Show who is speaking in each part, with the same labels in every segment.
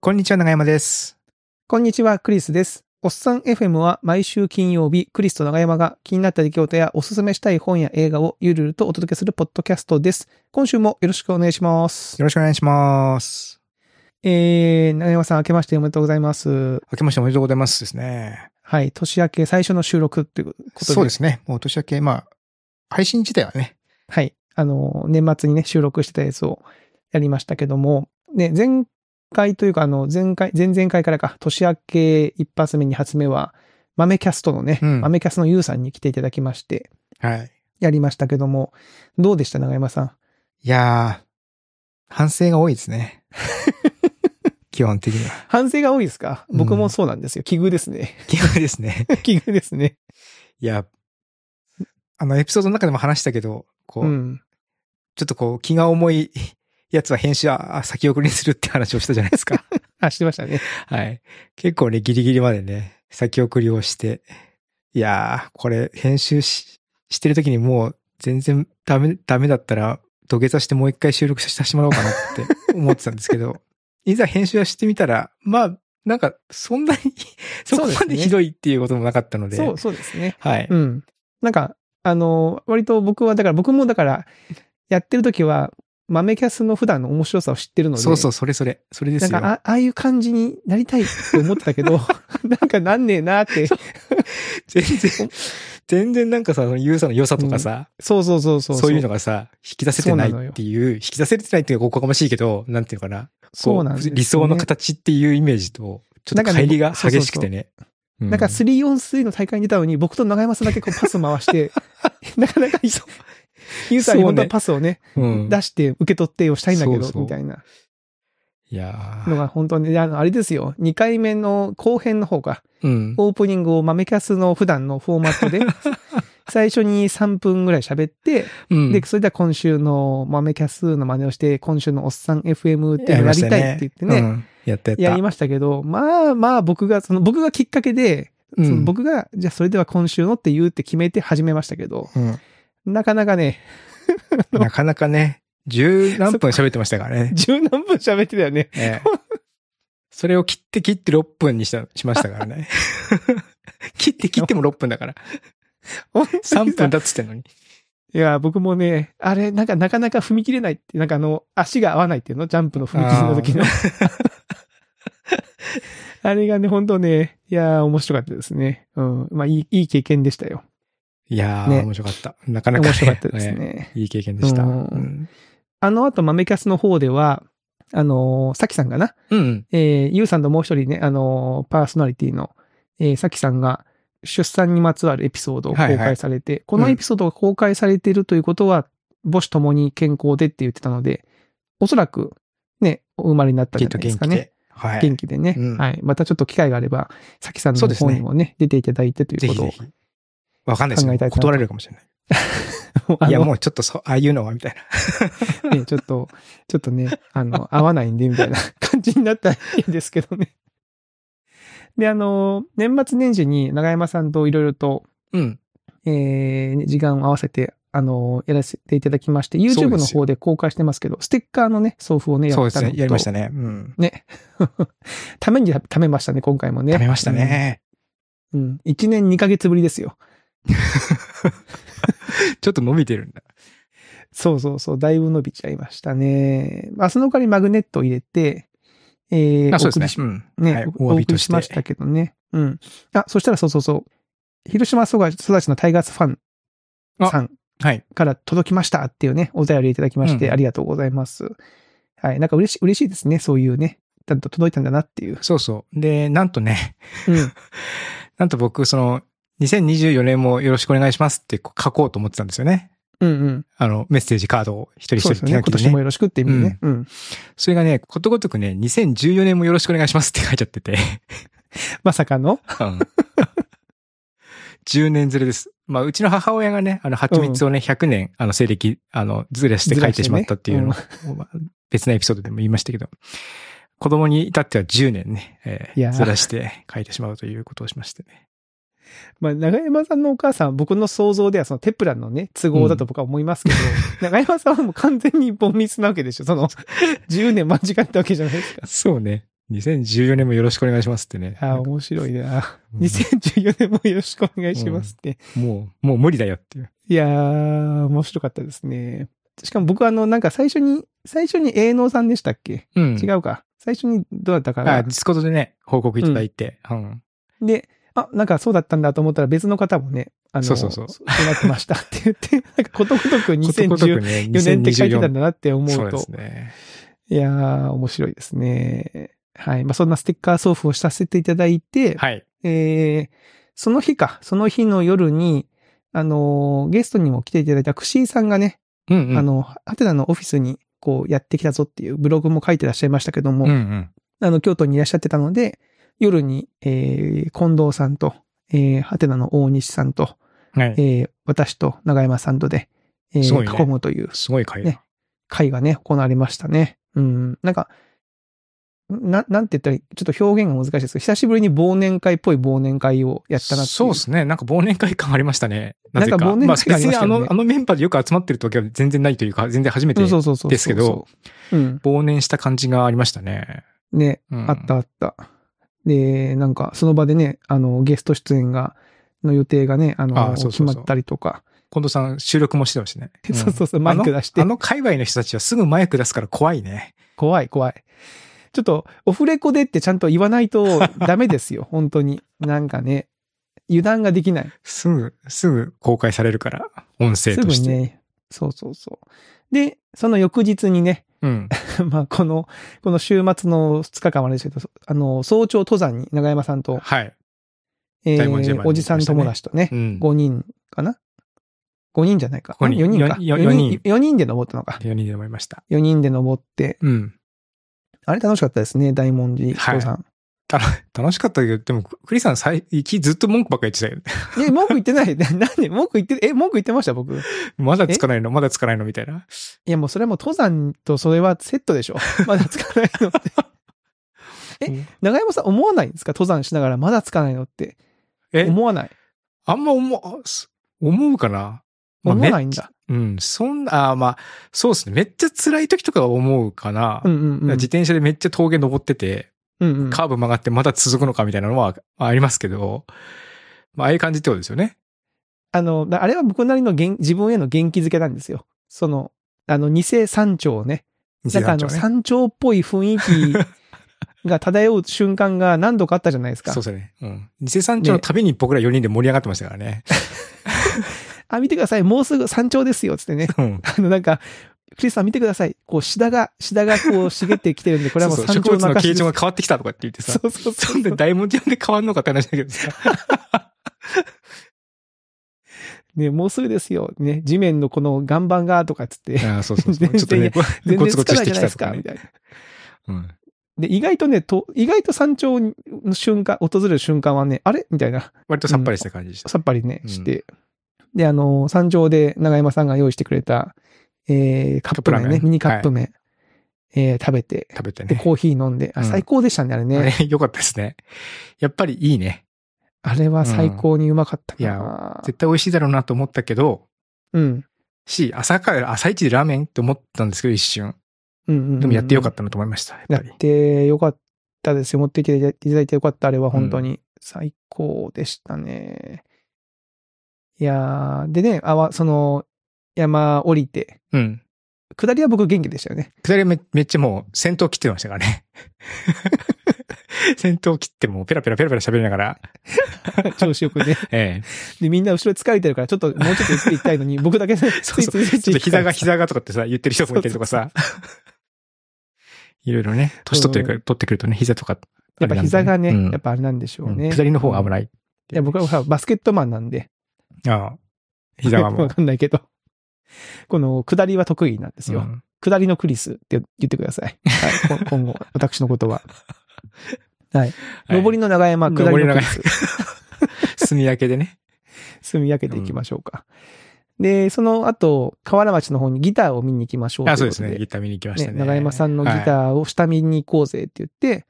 Speaker 1: こんにちは、長山です。
Speaker 2: こんにちは、クリスです。おっさん FM は毎週金曜日、クリスと長山が気になった出来事やおすすめしたい本や映画をゆるゆるとお届けするポッドキャストです。今週もよろしくお願いします。
Speaker 1: よろしくお願いします。
Speaker 2: えー、長山さん明けましておめでとうございます。
Speaker 1: 明けましておめでとうございますですね。
Speaker 2: はい、年明け最初の収録っていうことで。。
Speaker 1: そうですすね。もう年明け、まあ、配信自体はね。
Speaker 2: はい、あの、年末にね、収録してたやつをやりましたけども、ね、前回というか、あの、前回、前々回からか、年明け一発目、二発目は、豆キャストのね、
Speaker 1: うん
Speaker 2: 豆キャストのゆうさんに来ていただきまして、
Speaker 1: はい。
Speaker 2: やりましたけども、どうでした、長山さん。
Speaker 1: いやー、反省が多いです ね。基本的には。
Speaker 2: 反省が多いですか
Speaker 1: うん
Speaker 2: 僕もそうなんですよ。奇遇ですね。
Speaker 1: 基本ですね。
Speaker 2: 奇遇ですね。
Speaker 1: いや、あの、エピソードの中でも話したけど、こう、
Speaker 2: うん。
Speaker 1: ちょっとこう、気が重いやつは編集はあ先送りにするって話をしたじゃないですか。
Speaker 2: あ、してましたね。
Speaker 1: はい。結構ね、ギリギリまでね、先送りをして、いやー、これ、編集し、してる時にもう、全然ダメ、ダメだったら、土下座してもう一回収録させてもらおうかな って思ってたんですけど、いざ編集をしてみたら、まあ、なんか、そ んなに、そこまでひどいっていうこともなかったので、
Speaker 2: そう、そうですね。
Speaker 1: はい、
Speaker 2: うん。なんか、あの、割と僕は、だから僕もだから、やってる時は、豆キャスの普段の面白さを知ってるので、
Speaker 1: そうそう、それそれ、それです
Speaker 2: な
Speaker 1: よ
Speaker 2: ん。かあ、ああいう感じになりたいって思ってた けど、なんかなんねえなって、
Speaker 1: 全然、全然なんかさ、そのユーザーの良さとかさ、
Speaker 2: そうそうそうそ
Speaker 1: そう
Speaker 2: う。
Speaker 1: いうのがさ、引き出せてない
Speaker 2: そうなのよ
Speaker 1: っていう、引き出せてないっていうのがおこがましいけど、なんていうのかな。
Speaker 2: そうなんですよね
Speaker 1: 理想の形っていうイメージと、ちょっと
Speaker 2: なんかね
Speaker 1: 乖離が激しくてね。う
Speaker 2: なんか 3on3 の大会に出たのに、僕と長山さんだけこうパス 回して、なかなか、ユーザーに本当はパスをね、
Speaker 1: うん
Speaker 2: 出して受け取ってをしたいんだけ
Speaker 1: そうそ
Speaker 2: ど、
Speaker 1: う
Speaker 2: みたいない
Speaker 1: や
Speaker 2: の
Speaker 1: ー
Speaker 2: が本当に、であの、あれですよ、2回目の後編の方か、
Speaker 1: うん。
Speaker 2: オープニングを豆キャスの普段のフォーマット で、最初に3分ぐらい喋って、
Speaker 1: うん
Speaker 2: で、それでは今週の豆キャスの真似をして、今週のおっさん FM っていうのをやりたいって言ってね、
Speaker 1: やりましたうんやったやった。
Speaker 2: やりましたけど、まあまあ僕が、その僕がきっかけで、
Speaker 1: うん
Speaker 2: その僕が、じゃあそれでは今週のって言うって決めて始めましたけど、
Speaker 1: う
Speaker 2: なかなかね、
Speaker 1: んなかなかね、十何分喋ってましたから ね。
Speaker 2: 十何分喋ってたよね。
Speaker 1: ええそれを切って切って6分にした、しましたから ね。切って切っても6分だから。3分だっつってんのに。
Speaker 2: いや、僕もね、あれ、なんか、なかなか踏み切れないって、なんかあの、足が合わないっていうのジャンプの踏み切りの時の。 あれがね、本当ね、いやー、面白かったですね。うん。まあ、いい、いい経験でしたよ。
Speaker 1: いやー、
Speaker 2: ね
Speaker 1: 面白かった。なかなか、ね、
Speaker 2: 面白かったです
Speaker 1: え
Speaker 2: ね。
Speaker 1: え。いい経験でした。う
Speaker 2: うん
Speaker 1: ん。
Speaker 2: あの後、豆キャスの方では、あのーさきさんがな、
Speaker 1: うん。
Speaker 2: えー、ゆうさんともう一人ね、あのーパーソナリティの、えー、さきさんが、出産にまつわるエピソードを公
Speaker 1: はいはい
Speaker 2: 開されて、このエピソードが公開されているということは、母子ともに健康でって言ってたので、おそらく、ね、お生まれになったん
Speaker 1: き
Speaker 2: じゃ
Speaker 1: っと
Speaker 2: ないで
Speaker 1: 元
Speaker 2: すか
Speaker 1: 気
Speaker 2: ね
Speaker 1: で。。はい。
Speaker 2: 元気でね、
Speaker 1: うん
Speaker 2: はい。またちょっと機会があれば、さきさん
Speaker 1: そう
Speaker 2: の
Speaker 1: ですね
Speaker 2: 方にもね、出ていただいてとい
Speaker 1: ぜ
Speaker 2: うこ
Speaker 1: ひ
Speaker 2: とを
Speaker 1: ぜひ。わかんないです
Speaker 2: 考えた
Speaker 1: よ。
Speaker 2: いかなと
Speaker 1: 断られるかもしれない。
Speaker 2: あの
Speaker 1: いや、もうちょっとそう、ああいうのは、みたいな。
Speaker 2: ねちょっと、ちょっとね、あの、合わないんで、みたいな感じになったらいいですけどね。で、あの、年末年始に永山さんといろいろと、
Speaker 1: うん。
Speaker 2: えー時間を合わせて、あの、やらせていただきまして、
Speaker 1: そう
Speaker 2: YouTube
Speaker 1: で
Speaker 2: の
Speaker 1: すよ
Speaker 2: 方で公開してますけど、ステッカーのね、送付をね、や
Speaker 1: そう
Speaker 2: っ
Speaker 1: で
Speaker 2: た
Speaker 1: す
Speaker 2: の
Speaker 1: ね。
Speaker 2: と
Speaker 1: やりましたね。うん。
Speaker 2: ね。 ためにためましたね、今回もね。
Speaker 1: 食べましたね。
Speaker 2: うん。うん。1年2ヶ月ぶりですよ。
Speaker 1: ちょっと伸びてるんだ。
Speaker 2: そうそうそう、だいぶ伸びちゃいましたね。まあ、その代わりマグネットを入れて、えー、
Speaker 1: あ、そうです
Speaker 2: お
Speaker 1: ね。うん。
Speaker 2: 送りしね、
Speaker 1: はい
Speaker 2: お
Speaker 1: お詫び
Speaker 2: 送
Speaker 1: と
Speaker 2: り
Speaker 1: し
Speaker 2: しましてた。けどね。うん。あ、そしたらそうそうそう。広島育ちのタイガースファンさん
Speaker 1: はい。
Speaker 2: から届きましたっていうね、お便りいただきまして、
Speaker 1: うん
Speaker 2: ありがとうございます。はい。なんか嬉し嬉しいですね、そういうね。ちゃんと届いたんだなっていう。
Speaker 1: そうそう。で、なんとね、
Speaker 2: うん。
Speaker 1: なんと僕、その、2024年もよろしくお願いしますってこう書こうと思ってたんですよね。
Speaker 2: う んうん。あ
Speaker 1: あの、メッセージカードを一人一
Speaker 2: そう
Speaker 1: 人
Speaker 2: ですよね。今
Speaker 1: 手書き
Speaker 2: 年
Speaker 1: で
Speaker 2: もよろしくって意味でね。うん。
Speaker 1: それがね、ことごとくね、2014年もよろしくお願いしますって書いちゃってて。
Speaker 2: まさかの。
Speaker 1: 10年ずれです。まあ、うちの母親がね、あの、蜂蜜をね、100年、あの、西暦、あの、ずれして書いてしまったっていうのを
Speaker 2: ず、
Speaker 1: まあ別なエピソードでも言いましたけど、子供に至っては10年ね、えー
Speaker 2: いやー
Speaker 1: ずらして書いてしまうということをしましてね。
Speaker 2: まあ、長山さんのお母さんは僕の想像ではそのテプラのね、都合だと僕は思いますけど、 長山さんはもう完全に凡ミスなわけでしょ。その、10年間違ったわけじゃないですか。
Speaker 1: そうね。 2014年もよろしくお願いしますってね。
Speaker 2: ああ、面白いな。2014年もよろしくお願いしますって。
Speaker 1: もう、もう無理だよっていう。
Speaker 2: いやー、面白かったですね。しかも僕あの、なんか最初に、最初に営農さんでしたっけ、
Speaker 1: うん
Speaker 2: 違うか。最初にどうだったか
Speaker 1: あ、
Speaker 2: な
Speaker 1: ディ。スコードでね、報告いただいて。うん。
Speaker 2: で、あ、なんかそうだったんだと思ったら別の方もね、あの、
Speaker 1: そうそうそう
Speaker 2: なってましたって言って、 なんかことご
Speaker 1: こ
Speaker 2: とく
Speaker 1: とごとく
Speaker 2: 2014
Speaker 1: ね、
Speaker 2: 年って書いてたんだなって思
Speaker 1: そうで
Speaker 2: うと、
Speaker 1: すね。
Speaker 2: いやー、面白いですね。はい。まあ、そんなステッカー送付をさせていただいて、
Speaker 1: はい。
Speaker 2: えーその日か、その日の夜に、あのーゲストにも来ていただいたクシーさんがね、
Speaker 1: うん、うん。
Speaker 2: あ、の、ハテナのオフィスに、こう、やってきたぞっていうブログも書いてらっしゃいましたけども、
Speaker 1: うんうん。
Speaker 2: あの、京都にいらっしゃってたので、夜に、えー近藤さんと、えー、ハテナの大西さんと、
Speaker 1: はい。
Speaker 2: えー私と永山さんとで、え
Speaker 1: すごい
Speaker 2: ー
Speaker 1: ね
Speaker 2: 囲むという
Speaker 1: すごい回だ。
Speaker 2: ね会がね、行われましたね。うん。なんか、な、なんて言ったらいい、ちょっと表現が難しいですけど、久しぶりに忘年会っぽい忘年会をやったなってい
Speaker 1: そうですね。なんか忘年会感ありましたね。なぜか。
Speaker 2: なんか忘年会感ありましたよね
Speaker 1: あ別にあの、あのメンバーでよく集まってる時は全然ないというか、全然初めて
Speaker 2: そうそうそうそう。
Speaker 1: ですけど。
Speaker 2: うん。
Speaker 1: 忘年した感じがありましたね。
Speaker 2: ね、
Speaker 1: うん
Speaker 2: あったあった。で、なんか、その場でね、あの、ゲスト出演が、の予定がね、あの、
Speaker 1: あそうそうそう
Speaker 2: 決まったりとか。
Speaker 1: 近藤さん収録もしてましたね。
Speaker 2: そうそううそう、
Speaker 1: ん。
Speaker 2: マイク出して
Speaker 1: あの、あ。の界隈の人たちはすぐマイク出すから怖いね。
Speaker 2: 怖い怖い。ちょっと、オフレコでってちゃんと言わな いとダメですよ、本当に。なんかね、油断ができない。
Speaker 1: すぐ、すぐ公開されるから、音声
Speaker 2: す
Speaker 1: と
Speaker 2: ぐ
Speaker 1: して。
Speaker 2: ね、そうそうそう。で、その翌日にね、
Speaker 1: うん。
Speaker 2: まあ、この、この週末の2日間はあれですけど、あの、早朝登山に長山さんと、
Speaker 1: はい。
Speaker 2: え
Speaker 1: 大文字山に行きましたね
Speaker 2: おじさん友達とね、
Speaker 1: うん。
Speaker 2: 5人かな ?5 人じゃないか。
Speaker 1: 五人
Speaker 2: 4人か。
Speaker 1: よよ
Speaker 2: 4
Speaker 1: 四人
Speaker 2: 人。4人で登ったのか。
Speaker 1: 4人で思いました。
Speaker 2: 4人で登って、
Speaker 1: うん。
Speaker 2: あれ楽しかったですね、大文字登山。
Speaker 1: 楽しかったけど、でも、クリさん最、きずっと文句ばっかり言ってたよね。
Speaker 2: え、文句言ってない。 ななんで文句言って、え、文句言ってました僕。い
Speaker 1: まだつかないのまだつかないのみたいな。
Speaker 2: や、もうそれはもう登山とそれはセットでしょ。 まだつかないのって。え長山さん思わないんですか登山しながらまだつかないのって。
Speaker 1: え
Speaker 2: 思わない。
Speaker 1: あんま思うあ、す思うかな、まあ
Speaker 2: 思わないんだ。
Speaker 1: めうん。そんな、あまあ、そうですね。めっちゃ辛い時とかは思うかな。
Speaker 2: うんうんうん。
Speaker 1: 自転車でめっちゃ峠登ってて、
Speaker 2: うんうん、
Speaker 1: カーブ曲がってまだ続くのかみたいなのはまあありますけど、まあ、ああいう感じってことですよね。
Speaker 2: あの、だあれは僕なりの元自分への元気づけなんですよ。その、あの、偽山頂をね。なんかあの、
Speaker 1: 2003
Speaker 2: 山頂っぽい雰囲 気が漂う瞬間が何度かあったじゃないです
Speaker 1: 丁
Speaker 2: か
Speaker 1: そう。ですね。うん。偽山頂の旅に僕ら4人で盛り上がってましたからね。
Speaker 2: あ、見てください。もうすぐ山頂ですよ。つっ てね。
Speaker 1: うん。
Speaker 2: あの、なんか、クリスさん見てください。こう、シダが、シダがこう、茂ってきてるんで、こ れはもう
Speaker 1: そうそう
Speaker 2: 山
Speaker 1: 植
Speaker 2: 頂
Speaker 1: 物
Speaker 2: の
Speaker 1: の
Speaker 2: 証
Speaker 1: 形
Speaker 2: です。
Speaker 1: 状が変わってきたとかって言ってさ。
Speaker 2: そうそうそ
Speaker 1: そん
Speaker 2: う
Speaker 1: で大文字読んで変わんのかって話だけど さ。
Speaker 2: ね、もうすぐですよ。ね、地面のこの岩盤が、とか っつって。
Speaker 1: ああ、そうそうそう。
Speaker 2: 全
Speaker 1: ちょ
Speaker 2: 然
Speaker 1: っとね、ご
Speaker 2: 全
Speaker 1: ゴツ
Speaker 2: 然つ
Speaker 1: ゴツ
Speaker 2: かな
Speaker 1: してき
Speaker 2: いじゃ
Speaker 1: た
Speaker 2: ないで
Speaker 1: と
Speaker 2: す
Speaker 1: か
Speaker 2: か、
Speaker 1: ね
Speaker 2: み。たいな。
Speaker 1: うん。
Speaker 2: で、意外とね、と、意外と山頂の瞬間、訪れる瞬間はね、あれみたいな。
Speaker 1: 割とさっぱりした感じでした。
Speaker 2: さっぱりね、して。で、あの、山頂で長山さんが用意してくれた、えー、カ
Speaker 1: カッ
Speaker 2: ップ麺
Speaker 1: プラーメ
Speaker 2: ね、
Speaker 1: ン
Speaker 2: ミニカップ麺、えー食べて、
Speaker 1: 食べて
Speaker 2: で、
Speaker 1: ね。
Speaker 2: コーヒー飲んで、あ
Speaker 1: うん
Speaker 2: 最高でしたね、あれ ね。
Speaker 1: ね、よかったですね。やっぱりいいね。
Speaker 2: あれは最高にうまかった
Speaker 1: い
Speaker 2: な、
Speaker 1: 絶対美味しいだろうなと思ったけど、
Speaker 2: うん。
Speaker 1: し、朝から、朝一でラーメンって思ったんですけど、一瞬。
Speaker 2: うんうんうん。
Speaker 1: でもやってよかったなと思いました。やっぱり
Speaker 2: やっ。てよかったですよ。持ってきていただいてよかった。あれは本当に最高でしたね。いやー、でね、あわ、その、山降りて、
Speaker 1: うん。
Speaker 2: 下りは僕元気でしたよね。
Speaker 1: 下りはめめっちゃもう先頭切ってましたからね。 先頭切ってもうペラペラペラペラ喋りながら、
Speaker 2: 調子よくね。
Speaker 1: ええ。
Speaker 2: で、みんな後ろ疲れてるから、ちょっと、もうちょっとゆっくり行きたい のに、僕だけ、そう
Speaker 1: そうちょっと膝が膝がとかってさ、言ってる人もいたりとか さ。いろいろね、年取ってるから、取ってくるとね、膝とか、
Speaker 2: やっぱ膝がね、
Speaker 1: うん
Speaker 2: やっぱあれなんでしょう
Speaker 1: う
Speaker 2: ね。
Speaker 1: ん下りの方が危
Speaker 2: い。
Speaker 1: ない。
Speaker 2: いや、僕はほらバスケットマンなんで、
Speaker 1: ああ。膝 はもう
Speaker 2: わ。かんないけど。この、下りは得意なんですよ。
Speaker 1: うん
Speaker 2: 下りのクリスって言ってください。はい、 こ今後、私のことは。
Speaker 1: はい
Speaker 2: 上りの長山、下
Speaker 1: 上
Speaker 2: り
Speaker 1: りの
Speaker 2: のク
Speaker 1: 長
Speaker 2: リス、
Speaker 1: 炭焼けでね。
Speaker 2: 住み分けていきましょうか。で、その後、河原町の方にギターを見に行きましょうとい
Speaker 1: あ、
Speaker 2: うこ
Speaker 1: そう
Speaker 2: と
Speaker 1: ですね。ギター見に行きましたね。
Speaker 2: ね長山さんのギ
Speaker 1: はい
Speaker 2: ターを下見に行こうぜって言って、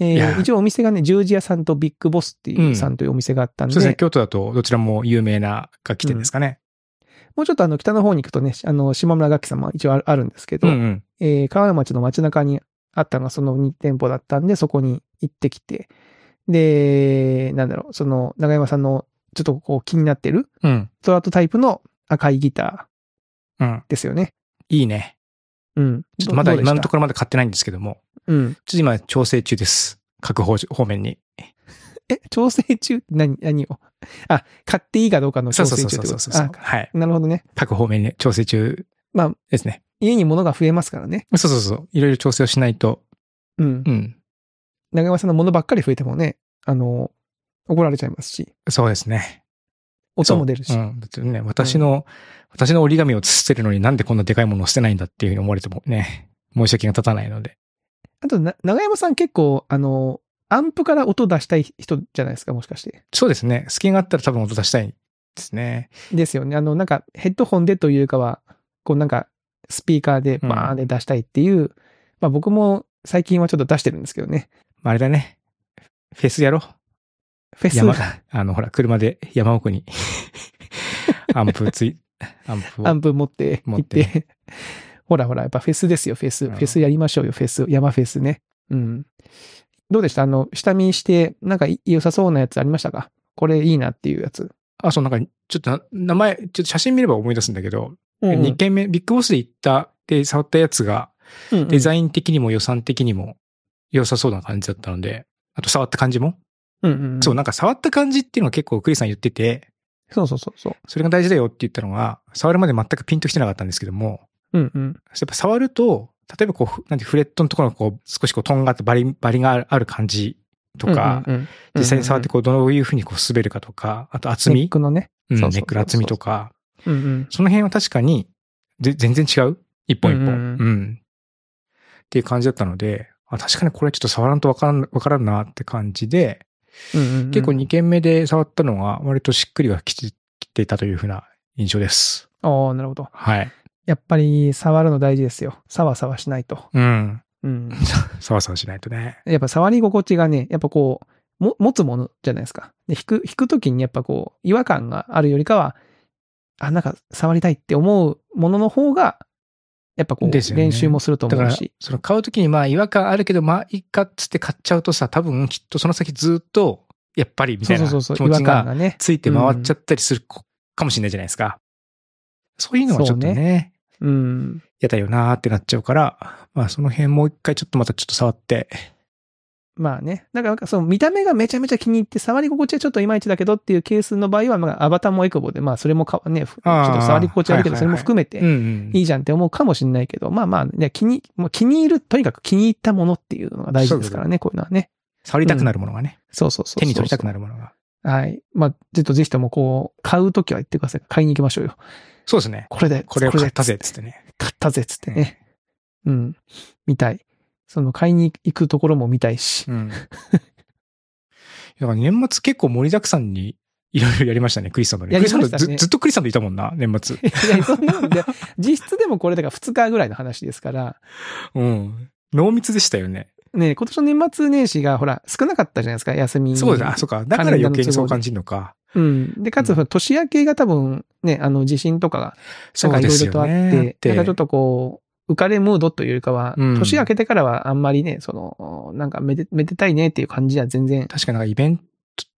Speaker 1: い
Speaker 2: え
Speaker 1: や
Speaker 2: ー、一応お店がね、十字屋さんとビッグボスっていううんさんというお店があったんで、
Speaker 1: そうですね。京都だとどちらも有名な楽器店ですかね。
Speaker 2: もうちょっとあの北の方に行くとね、あの、島村楽器さんも一応あるあるんですけど、
Speaker 1: うん。
Speaker 2: えー、河原町の街中にあったのがその2店舗だったんで、そこに行ってきて、で、なんだろう、その、長山さんのちょっとこう気になってる、
Speaker 1: うん。
Speaker 2: ストラトタイプの赤いギタ
Speaker 1: うん。
Speaker 2: ーですよね。
Speaker 1: いいね。
Speaker 2: うん。
Speaker 1: ちょっとまだ
Speaker 2: どうでした
Speaker 1: 今のところまだ買ってないんですけども、
Speaker 2: うん。
Speaker 1: ちょっと今調整中です。各方方面に。
Speaker 2: え、調整中何、何を あ、買っていいかどうかの
Speaker 1: そ
Speaker 2: 調
Speaker 1: うそう
Speaker 2: 整中
Speaker 1: そ
Speaker 2: って
Speaker 1: う
Speaker 2: こと
Speaker 1: そうそう
Speaker 2: あ。
Speaker 1: はい。
Speaker 2: なるほどね。
Speaker 1: 各方面に調整中
Speaker 2: まあ、
Speaker 1: ですね。
Speaker 2: 家に物が増えますからね。
Speaker 1: そうそうそう。いろいろ調整をしないと。
Speaker 2: うん
Speaker 1: う。ん。
Speaker 2: 長山さんの物ばっかり増えてもね、あの、怒られちゃいますし、
Speaker 1: そうですね。
Speaker 2: 音も出るし。
Speaker 1: そううん。だってね、私の、私の折り紙を捨てるのになんでこんなでかいものを捨てないんだっていうふうに思われてもね、申し訳が立たないので。
Speaker 2: あとな、長山さん結構、あの、アンプから音出したい人じゃないですか、もしかして。
Speaker 1: そうですね。隙があったら多分音出したいですね。
Speaker 2: ですよね。あの、なんか、ヘッドホンでというかは、こうなんか、スピーカーでバーンで出したいっていう、まあ僕も最近はちょっと出してるんですけどね。
Speaker 1: まあ、あれだね。フェスやろう。
Speaker 2: フェス、
Speaker 1: 山、あの、ほら、車で山奥 にアンプつい、アンプを
Speaker 2: アンプ持って
Speaker 1: 持
Speaker 2: 行
Speaker 1: っ
Speaker 2: ってて、
Speaker 1: ね
Speaker 2: ほらほら、やっぱフェスですよ、フェス。
Speaker 1: うん
Speaker 2: フェスやりましょうよ、フェス。山フェスね。うん。どうでしたあの、下見して、なんかい良さそうなやつありましたかこれいいなっていうやつ。
Speaker 1: あ、そう、なんか、ちょっとな名前、ちょっと写真見れば思い出すんだけど、
Speaker 2: う
Speaker 1: 2軒目、ビッグボスで行った、で、触ったやつが、デザイン的にも予算的にも良さそうな感じだったので、あと触った感じも、
Speaker 2: イン。うんうん
Speaker 1: そう、なんか触った感じっていうのは結構クリスさん言ってて、
Speaker 2: そうそうそうそう。
Speaker 1: それが大事だよって言ったのが、触るまで全くピンときてなかったんですけども、
Speaker 2: うんうん。
Speaker 1: やっぱ触ると、例えばこうふ、なんてフレットのところがこう、少しこう、とんがってバリ、バリがあるある感じとか、
Speaker 2: うんうんうん、
Speaker 1: 実際に触って
Speaker 2: く
Speaker 1: こう、どういうふうにこう滑るかとか、あと厚
Speaker 2: ネッ
Speaker 1: み、
Speaker 2: クのね。
Speaker 1: うんネ
Speaker 2: そうそうそうそう
Speaker 1: ックの厚みとか、
Speaker 2: うんうん。
Speaker 1: その辺は確かに、ぜ全然違う一本一本。う
Speaker 2: うんんうん
Speaker 1: っていう感じだったので、あ、確かにこれちょっと触らんとわからん、わからんなって感じで、
Speaker 2: うんうんうん
Speaker 1: 結構2軒目で触ったのが割としっくりがきてきていたというふうな印象です。
Speaker 2: ああ、なるほど。
Speaker 1: はい。
Speaker 2: やっぱり触るの大事ですよ。さわさわしないと。
Speaker 1: うん。
Speaker 2: うん。
Speaker 1: さわさわしないとね。
Speaker 2: やっぱ触り心地がね、やっぱこう、も持つものじゃないですか。で、引く、引くときにやっぱこう、違和感があるよりかは、あ、なんか触りたいって思うものの方が、やっぱこう、
Speaker 1: ですよね
Speaker 2: 練習もすると
Speaker 1: だ
Speaker 2: 思
Speaker 1: か
Speaker 2: う
Speaker 1: ら
Speaker 2: し。、
Speaker 1: その買うときにまあ違和感あるけど、まあいいかっつって買っちゃうとさ、多分きっとその先ずっと、やっぱりみ
Speaker 2: そ
Speaker 1: た
Speaker 2: う
Speaker 1: い
Speaker 2: そ
Speaker 1: な
Speaker 2: う
Speaker 1: 気
Speaker 2: そ
Speaker 1: 持ち
Speaker 2: うそう、違和感
Speaker 1: が
Speaker 2: がね。
Speaker 1: ついて回っちゃったりするこかもしれないじゃないですか。そういうのはちょっと
Speaker 2: そう
Speaker 1: ね
Speaker 2: うん。
Speaker 1: やだよなーってなっちゃうから、まあその辺もう一回ちょっとまたちょっと触って、
Speaker 2: まあね。だから、その見た目がめちゃめちゃ気に入って、触り心地はちょっといまいちだけどっていうケースの場合は、まあ、アバターもエクボで、まあ、それもか、ね、ふちょ
Speaker 1: あー
Speaker 2: っと触り心地あるけど、
Speaker 1: はいはいはい
Speaker 2: それも含めて、
Speaker 1: ん
Speaker 2: いいじゃんって思うかもしれないけど、まあまあ、ね、気に、もう気に入る、とにかく気に入ったものっていうのが大事ですからね、こういうのはね。
Speaker 1: 触りたくなるものがね、
Speaker 2: そうそうそう。
Speaker 1: 手に取りたくな
Speaker 2: る。
Speaker 1: るものが。
Speaker 2: はい。まあ、ちょっとぜひともこう、買うときは言ってください。買いに行きましょうよ。
Speaker 1: そうですね。
Speaker 2: これで、
Speaker 1: これを買ったぜっ
Speaker 2: これで
Speaker 1: つってね。
Speaker 2: 買ったぜ、つってね。うん。見たい。その、買いに行くところも見たいし。
Speaker 1: うん。だから年末結構盛りだくさんにいろいろやりましたね、クリスさんとね。
Speaker 2: や
Speaker 1: ク
Speaker 2: り
Speaker 1: リ
Speaker 2: ま
Speaker 1: スさん
Speaker 2: した
Speaker 1: と
Speaker 2: ね
Speaker 1: ずずっとクリスさんといたもんな、年末。
Speaker 2: いや、そんなんで、実質でもこれだから2日ぐらいの話ですから、
Speaker 1: うん。濃密でしたよね。
Speaker 2: ね、今年の年末年始がほら、少なかったじゃないですか、休み。
Speaker 1: そうだ、あ、そうか。だから余計にそう感じるのか。
Speaker 2: うん。で、か
Speaker 1: う
Speaker 2: つ、年明けが多分、ね、あの、地震とかが、な
Speaker 1: そ
Speaker 2: んか
Speaker 1: う
Speaker 2: い
Speaker 1: で
Speaker 2: ろい
Speaker 1: す
Speaker 2: ろと
Speaker 1: よ
Speaker 2: あっ
Speaker 1: ね。
Speaker 2: て、なんかちょっとこう、浮かれムードというよりかは、
Speaker 1: うん
Speaker 2: 年明けてからはあんまりね、その、なんかめで、めでたいねっていう感じは全然、
Speaker 1: 確かなんかイベン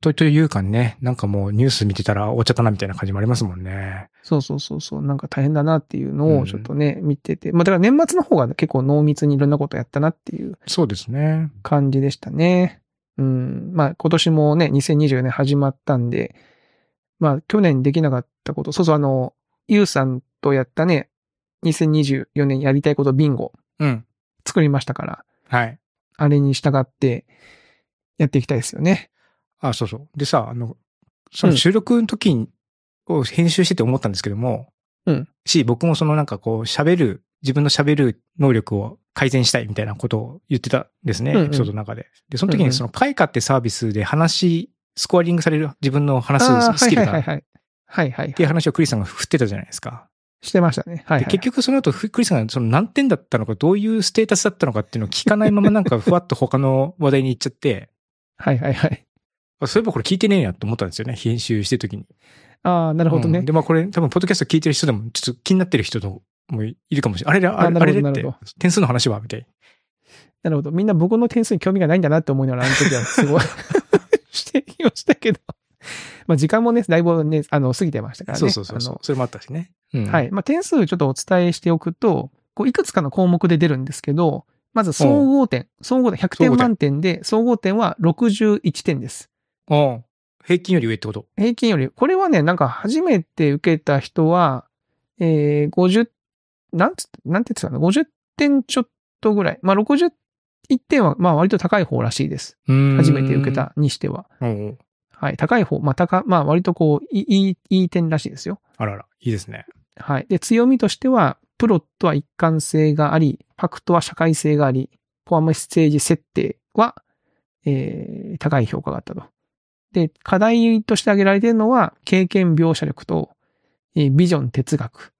Speaker 1: トというかね、なんかもうニュース見てたらお茶たなみたいな感じもありますもんね。
Speaker 2: そうそうそうそう、なんか大変だなっていうのをちょっとね、見てて、まあだから年末の方が結構濃密にいろんなことやったなっていう
Speaker 1: そうですね。
Speaker 2: 感じでしたね。うん。まあ今年もね、2024年始まったんで、まあ去年できなかったこと、そうそうあの、ゆうさんとやったね、2024年やりたいことビンゴ
Speaker 1: うん。
Speaker 2: 作りましたから、
Speaker 1: はい。
Speaker 2: あれに従ってやっていきたいですよね。
Speaker 1: あ、そうそう。でさ、あの、その
Speaker 2: うん
Speaker 1: 収録の時にを編集してて思ったんですけども、
Speaker 2: うん
Speaker 1: し、僕もそのなんかこう喋る、自分の喋る能力を改善したいみたいなことを言ってたんですね、
Speaker 2: うんうん
Speaker 1: エピソードの中で。で、その時
Speaker 2: うんう
Speaker 1: に
Speaker 2: ん
Speaker 1: その開花ってサービスで話、スコアリングされる自分の話
Speaker 2: あ
Speaker 1: す
Speaker 2: ー
Speaker 1: スキルがあ
Speaker 2: は
Speaker 1: る
Speaker 2: い
Speaker 1: っ
Speaker 2: はいはいはい。はいはい、
Speaker 1: ていう話をクリスさんが振ってたじゃないですか。
Speaker 2: してましたね。はい、
Speaker 1: で
Speaker 2: はい。
Speaker 1: 結局その後、クリスさんがその何点だったのか、どういうステータスだったのかっていうのを聞かないままなんかふわっと他の話題に行っちゃって、
Speaker 2: はいはいはい。
Speaker 1: あそういえばこれ聞いてねえやと思ったんですよね、編集してる時に。
Speaker 2: ああ、なるほど
Speaker 1: う
Speaker 2: ね
Speaker 1: ん。で、まあこれ多分、ポッドキャスト聞いてる人でも、ちょっと気になってる人ともいるかもしれない。あれれ、あ
Speaker 2: あ
Speaker 1: れあ
Speaker 2: なるほど
Speaker 1: れれっ
Speaker 2: な
Speaker 1: て
Speaker 2: るほど、
Speaker 1: 点数の話はみたい
Speaker 2: なるほど。みんな僕の点数に興味がないんだなって思いながら、あの時は す ごい、していましたけど。まあ時間もね、だいぶね、あの、過ぎてましたからね。
Speaker 1: そうそうそうそ
Speaker 2: あ
Speaker 1: う
Speaker 2: の。
Speaker 1: それもあったしね。うん
Speaker 2: はい。まあ点数ちょっとお伝えしておくと、こういくつかの項目で出るんですけど、まず総合点。総合点、100点満点で、総合点は61点です。
Speaker 1: うん。平均より上ってこと。
Speaker 2: 平均より、これはね、なんか初めて受けた人は、えー、50、なんつ、なんて言ってたの ?50 点ちょっとぐらい。まあ、61点は、まあ、割と高い方らしいです。初
Speaker 1: 初
Speaker 2: めて受け。たにしては。
Speaker 1: おう
Speaker 2: はい。高い方、まあ、高、まあ、割とこう、いい、いいいい点らしいですよ。
Speaker 1: あらら、いいですね。
Speaker 2: はい。で、強みとしては、プロットは一貫性があり、ファクトは社会性があり、フォアメッセージ設定は、えー、高い評価があったと。で、課題として挙げられているのは、経験描写力と、えービジョン哲学、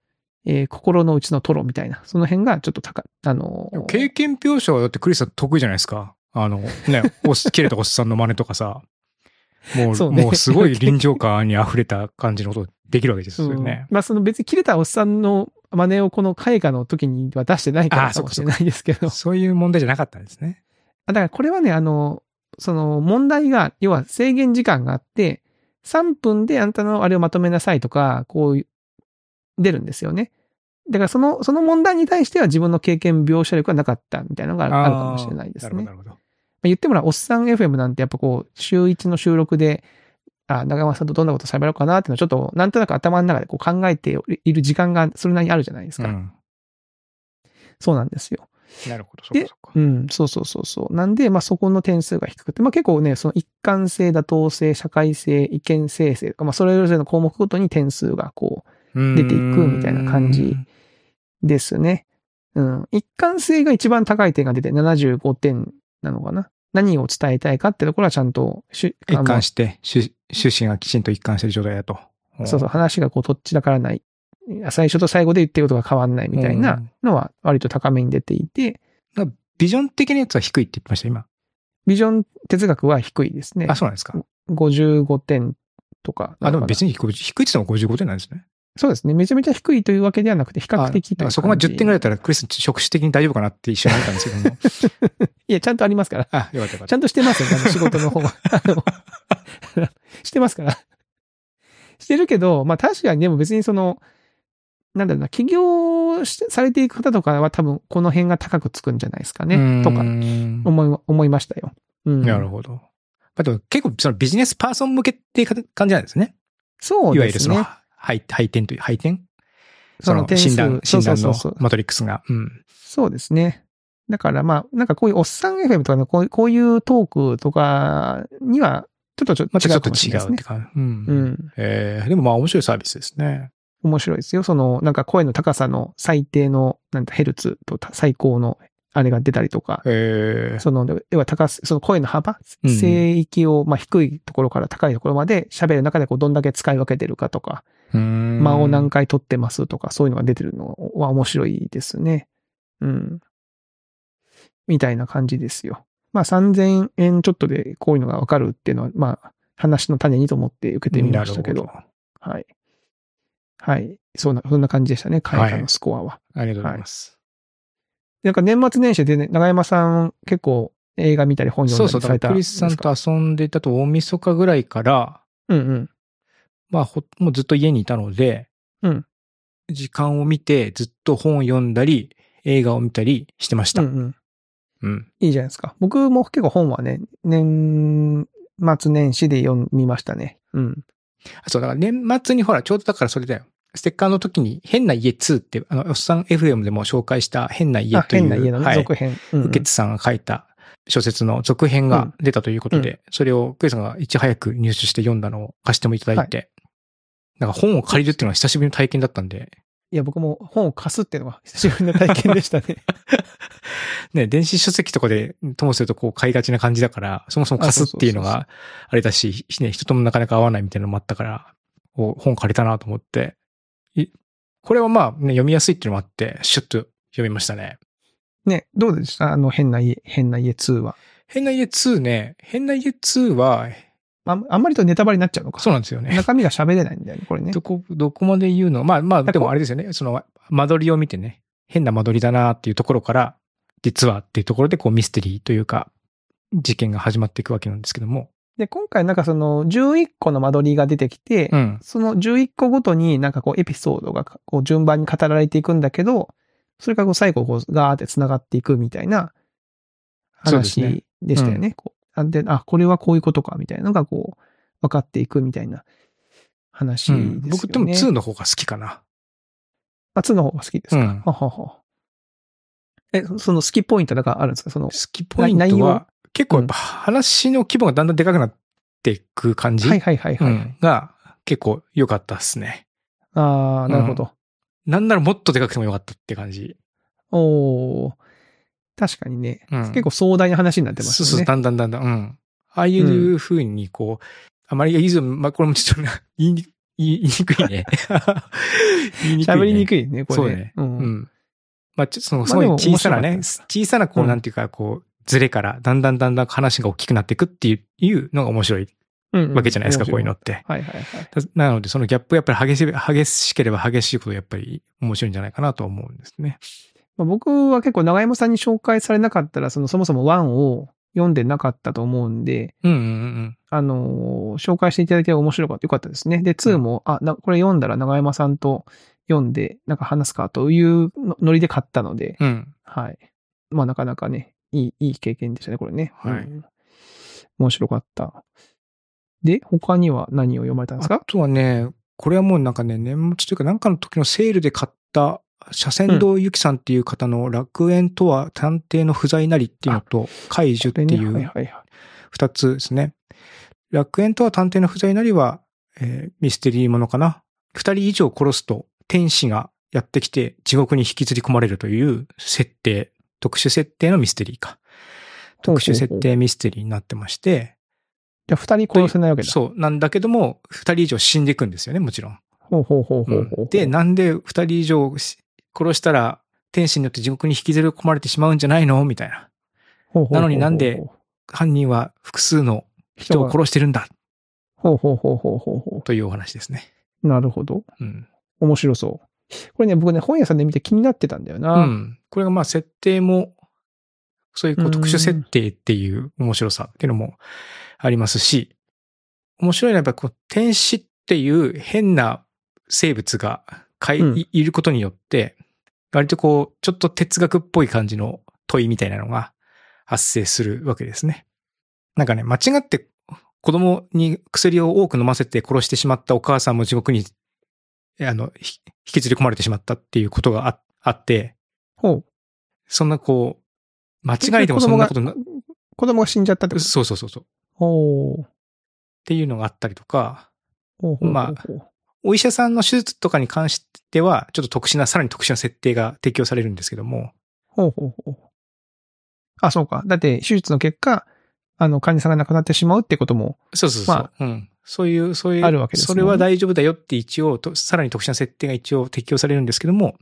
Speaker 2: えー心の内のトロみたいな、その辺がちょっと高い、あのー
Speaker 1: でも経験描写はだってクリスさん得意じゃないですか。あの、ね、おっ、切れたおっさんの真似とかさ。も
Speaker 2: そう
Speaker 1: う、
Speaker 2: ね
Speaker 1: もうすごい臨場感に溢れた感じのことできるわけですよね。
Speaker 2: うんまあ、その別に切れたおっさんの真似をこの絵画の時には出してないから
Speaker 1: あー
Speaker 2: か
Speaker 1: そっ
Speaker 2: も
Speaker 1: か
Speaker 2: し
Speaker 1: そっ
Speaker 2: れ
Speaker 1: か
Speaker 2: ないですけど。
Speaker 1: そういう問題じゃなかったんですね。
Speaker 2: あだからこれはね、あの、その問題が、要は制限時間があって、3分であんたのあれをまとめなさいとか、こう、出るんですよね。だからその、その問題に対しては自分の経験描写力はなかったみたいなのがあるかもしれないです
Speaker 1: あー
Speaker 2: ね。
Speaker 1: なるほど、なる
Speaker 2: まあ言ってもらうおっさん FM なんてやっぱこう、週1の収録で、あ、長山さんとどんなこと喋ろうかなっていうのをちょっと、なんとなく頭の中でこう考えている時間がそれなりにあるじゃないです
Speaker 1: ほ
Speaker 2: か。
Speaker 1: ど。うん。
Speaker 2: そうなんですよ。
Speaker 1: なるほど、そっ
Speaker 2: で
Speaker 1: かそっか
Speaker 2: う。ん、そうそうそうそう。なんで、まあそこの点数が低くて、まあ結構ね、その一貫性、妥当性、社会性、意見生成とか、まあそれぞれの項目ごとに点数がこ出ていくみたいな感じ
Speaker 1: うん
Speaker 2: うですね。うん。一貫性が一番高い点が出て75点なのかな。何を伝えたいかってところはちゃんとし、
Speaker 1: 一
Speaker 2: あの
Speaker 1: 貫して、趣旨がきちんと一貫してる状態だと。
Speaker 2: そうそう、話がこう、とっちらからない。最初と最後で言ってることが変わんないみたいなのは割と高めに出ていて、
Speaker 1: うん。ビジョン的なやつは低いって言ってました、今。
Speaker 2: ビジョン哲学は低いですね
Speaker 1: あ、。そうなんですか。
Speaker 2: 55点とかな
Speaker 1: あ、で
Speaker 2: のかな。
Speaker 1: も別に低い低いって言っても55点なんですね。
Speaker 2: そうですね。めちゃめちゃ低いというわけではなくて、比較
Speaker 1: あ
Speaker 2: 的
Speaker 1: だか
Speaker 2: という
Speaker 1: らそこが
Speaker 2: 感じ
Speaker 1: 10点ぐらいだったら、クリス、職種的に大丈夫かなって一瞬思ったんですけ ども。
Speaker 2: いや、ちゃんとありますから。
Speaker 1: あ、よかったよかっ
Speaker 2: ちゃ
Speaker 1: た。
Speaker 2: んとしてますよ、あの仕事の方は。 あのしてますから。してるけど、まあ確かにでも別にその、なんだろうな、起業してされていく方とかは多分この辺が高くつくんじゃないですか
Speaker 1: うー
Speaker 2: ね。
Speaker 1: ん
Speaker 2: とか思い、思いましたよ。うん。
Speaker 1: なるほど。あと結構そのビジネスパーソン向けっていうか感じなんですね。
Speaker 2: そう
Speaker 1: いわ
Speaker 2: で
Speaker 1: ゆる
Speaker 2: す
Speaker 1: その、
Speaker 2: ね。
Speaker 1: 配配点という、配点
Speaker 2: そ
Speaker 1: そ
Speaker 2: の
Speaker 1: の
Speaker 2: 点数
Speaker 1: 診断、
Speaker 2: そ
Speaker 1: 診断
Speaker 2: うそうそう
Speaker 1: の
Speaker 2: そう
Speaker 1: マトリックスが。うん。
Speaker 2: そうですね。だからまあ、なんかこういうおっさん FM とかのこういうこういうトークとかには、ちょっとちょ
Speaker 1: また
Speaker 2: 違
Speaker 1: ちょ
Speaker 2: う
Speaker 1: っ
Speaker 2: か
Speaker 1: と
Speaker 2: もし
Speaker 1: 違
Speaker 2: れな
Speaker 1: う
Speaker 2: いです
Speaker 1: っ
Speaker 2: ね
Speaker 1: て。感じ。うん。
Speaker 2: うん。
Speaker 1: えーでもまあ面白いサービスですね。
Speaker 2: 面白いですよ。その、なんか声の高さの最低の、なんだ、ヘルツとた最高の、あれが出たりとか、
Speaker 1: えー
Speaker 2: その、要は高す、その声の幅、
Speaker 1: うん
Speaker 2: 声域を、まあ、低いところから高いところまで喋る中で、こう、どんだけ使い分けてるかとか、
Speaker 1: うーん
Speaker 2: 間を何回取ってますとか、そういうのが出てるのは面白いですね。うん。みたいな感じですよ。まあ、3000円ちょっとでこういうのがわかるっていうのは、まあ、話の種にと思って受けてみましたけど
Speaker 1: なる。ほ
Speaker 2: はい。はい。そんな、そんな感じでしたね。会
Speaker 1: はい
Speaker 2: 話のスコアは。
Speaker 1: どありがとうございます。
Speaker 2: なんか年末年始でね、長山さん結構映画見たり本
Speaker 1: そ
Speaker 2: 読
Speaker 1: うん
Speaker 2: だ
Speaker 1: そう、
Speaker 2: り
Speaker 1: だ
Speaker 2: さ
Speaker 1: からク
Speaker 2: れた
Speaker 1: リスさん
Speaker 2: ん
Speaker 1: と遊んでいたと大晦日ぐらいから、
Speaker 2: ですか。うん
Speaker 1: まあ、ほ、もうずっと家にいたので、
Speaker 2: うん
Speaker 1: 時間を見て、ずっと本を読んだり、映画を見たりしてまし
Speaker 2: う
Speaker 1: た。
Speaker 2: ん。うんうん。
Speaker 1: うん。
Speaker 2: いいじゃないですか。僕も結構本はね、年末年始で読みましたね。うん。
Speaker 1: あそう、だから年末にほら、ちょうどだからそれだよ。ステッカーの時に、変な家2って、あの、おっさん FM でも紹介した変な家
Speaker 2: あ、
Speaker 1: という、
Speaker 2: 変な家のね、
Speaker 1: はい、
Speaker 2: 続編。うんうん
Speaker 1: ウケツさんが書いた小説の続編が出たということで、それをクリスさんがいち早く入手して読んだのを貸してもいただいて、なんか本を借りるっていうのは久しぶりの体験だったんで、
Speaker 2: いや、僕も本を貸すっていうのが久しぶりの体験でした ね。
Speaker 1: ね、電子書籍とかで、ともするとこう買いがちな感じだから、そもそも貸すっていうの
Speaker 2: あそう
Speaker 1: があれだし、ね、人ともなかなか合わないみたいなのもあったから、お本借りたなと思って、いこれはまあ、ね、読みやすいっていうのもあって、シュッと読みましたね。
Speaker 2: ね、どうでしたあの、変な家、変な家2は。
Speaker 1: 変な家2ね、変な家2は、
Speaker 2: あんあんまりとネタバレになっちゃうのか。
Speaker 1: そうなんですよね。
Speaker 2: 中身が喋れないんだよね、これね。
Speaker 1: どこ、どこまで言うのまあまあ、でもあれですよね。その、間取りを見てね、変な間取りだなっていうところから、実はっていうところで、こうミステリーというか、事件が始まっていくわけなんですけども。
Speaker 2: で、今回なんかその11個の間取りが出てきて、
Speaker 1: うん。
Speaker 2: その11個ごとになんかこうエピソードがこう順番に語られていくんだけど、それがこう最後こうガーって繋がっていくみたいな
Speaker 1: そうです
Speaker 2: 話
Speaker 1: ね
Speaker 2: でしたよね。こうあであ、これはこういうことかみたいなのがこう分かっていくみたいな話
Speaker 1: う
Speaker 2: ですよね。
Speaker 1: ん、僕でも2
Speaker 2: の。
Speaker 1: の方が好きかな。
Speaker 2: あ、2の方が好きですか。
Speaker 1: うん
Speaker 2: はははえ、そその好きポイントだからあるんですかその
Speaker 1: 好、きポイント
Speaker 2: 内容
Speaker 1: は、結構やっぱ話の規模がだんだんでかくなっていく感じ、
Speaker 2: はいはいはいはい。
Speaker 1: うんが結構良かったっすね。
Speaker 2: ああ、なるほど。
Speaker 1: なんならもっとでかくても良かったって感じ。
Speaker 2: おお、確かにね、
Speaker 1: うん
Speaker 2: 結構壮大な話になってます
Speaker 1: そう
Speaker 2: よ
Speaker 1: そ
Speaker 2: ね。
Speaker 1: う、だんだんだんだん。うん。ああいう風に、こう、あまり言いづらい、まあ、これもちょっとな、 言いに、言い言いにくい ね。言いにくい、ね。
Speaker 2: 喋りに
Speaker 1: い。
Speaker 2: くいね、これ。
Speaker 1: そうね。
Speaker 2: うん。
Speaker 1: うん。まあ、ちょっとその、
Speaker 2: まあ
Speaker 1: すごい
Speaker 2: でも
Speaker 1: 小さな
Speaker 2: 面
Speaker 1: ね、
Speaker 2: 白か
Speaker 1: 小さな、こ
Speaker 2: う
Speaker 1: う、
Speaker 2: ん
Speaker 1: なんていうか、こう、ずれから、だんだんだんだん話が大きくなっていくっていういうのが面白い
Speaker 2: うんうん
Speaker 1: わけじゃないですか、
Speaker 2: 面
Speaker 1: こ
Speaker 2: 白
Speaker 1: ういうのって。
Speaker 2: はいはいはい。
Speaker 1: だなので、そのギャップがやっぱり激しい、激しければ激しいほど、やっぱり面白いんじゃないかなとは思うんですね。
Speaker 2: まあ、僕は結構長山さんに紹介されなかったら、そのそもそも1を読んでなかったと思うんで、
Speaker 1: うんうんうん
Speaker 2: あのー紹介していただいて面白かった、よかったですね。で、2も、あ、なこれ読んだら長山さんと読んで、なんか話すかというのノリで買ったので、
Speaker 1: うん。うん。
Speaker 2: はい。まあなかなかね、いい、いい経験でしたね、これね。
Speaker 1: はい
Speaker 2: うん面白かった。で、他には何を読まれたんです
Speaker 1: あ
Speaker 2: か
Speaker 1: とはね、これはもうなんかね、年末というか、なんかの時のセールで買った、車線堂ゆきさんっていう方の楽園とは探偵の不在なりっていうのと、怪獣ってい
Speaker 2: これ
Speaker 1: う
Speaker 2: ねはいはいはい。
Speaker 1: 二つですね。楽園とは探偵の不在なりは、えーミステリーものかな。二人以上殺すと天使がやってきて地獄に引きずり込まれるという設定、特殊設定のミステリーか。特殊設
Speaker 2: ほうほうほう。
Speaker 1: 定ミステリーになってまして、
Speaker 2: じゃあ二人殺せないわけだ。
Speaker 1: そう、なんだけども、二人以上死んでいくんですよね、もちろん。
Speaker 2: ほうほうほうほうほう。
Speaker 1: で、なんで二人以上し殺したら天使によって地獄に引きずり込まれてしまうんじゃないのみたいな。
Speaker 2: ほうほうほうほう
Speaker 1: なのになんで犯人は複数の人を
Speaker 2: が
Speaker 1: 殺してるんだ
Speaker 2: ほうほうほうほうほうほ
Speaker 1: というお話ですね。
Speaker 2: う。なるほど。
Speaker 1: うん。
Speaker 2: 面白そう。これね、僕ね、本屋さんで見て気になってたんだよ
Speaker 1: う
Speaker 2: な。
Speaker 1: ん。これがまあ設定も、そういうこ
Speaker 2: う
Speaker 1: うん特殊設定っていう面白さっていうのもありますし、面白いのはやっぱこう天使っていう変な生物がかい,い、
Speaker 2: うん
Speaker 1: いることによって、割とこう、ちょっと哲学っぽい感じの問いみたいなのが発生するわけですね。なんかね、間違って子供に薬を多く飲ませて殺してしまったお母さんも地獄に、あの、ひ引きずり込まれてしまったっていうことがああって、
Speaker 2: ほう。
Speaker 1: そんなこう、間違いでもそんなことな、
Speaker 2: 子供が死んじゃったってこと
Speaker 1: そうそうそうそう。っ
Speaker 2: ほう。
Speaker 1: ていうのがあったりとか、
Speaker 2: ほうほうほう
Speaker 1: まあお医者さんの手術とかに関しては、ちょっと特殊な、さらに特殊な設定が適用されるんですけども、
Speaker 2: ほうほうほう。あ、そうか。だって、手術の結果、あの、患者さんが亡くなってしまうってことも、
Speaker 1: そうそうそう。
Speaker 2: ま
Speaker 1: うん。そういう、そういう、
Speaker 2: あるわけですも
Speaker 1: そ
Speaker 2: んね
Speaker 1: れは大丈夫だよって一応と、さらに特殊な設定が一応適用されるんですけども、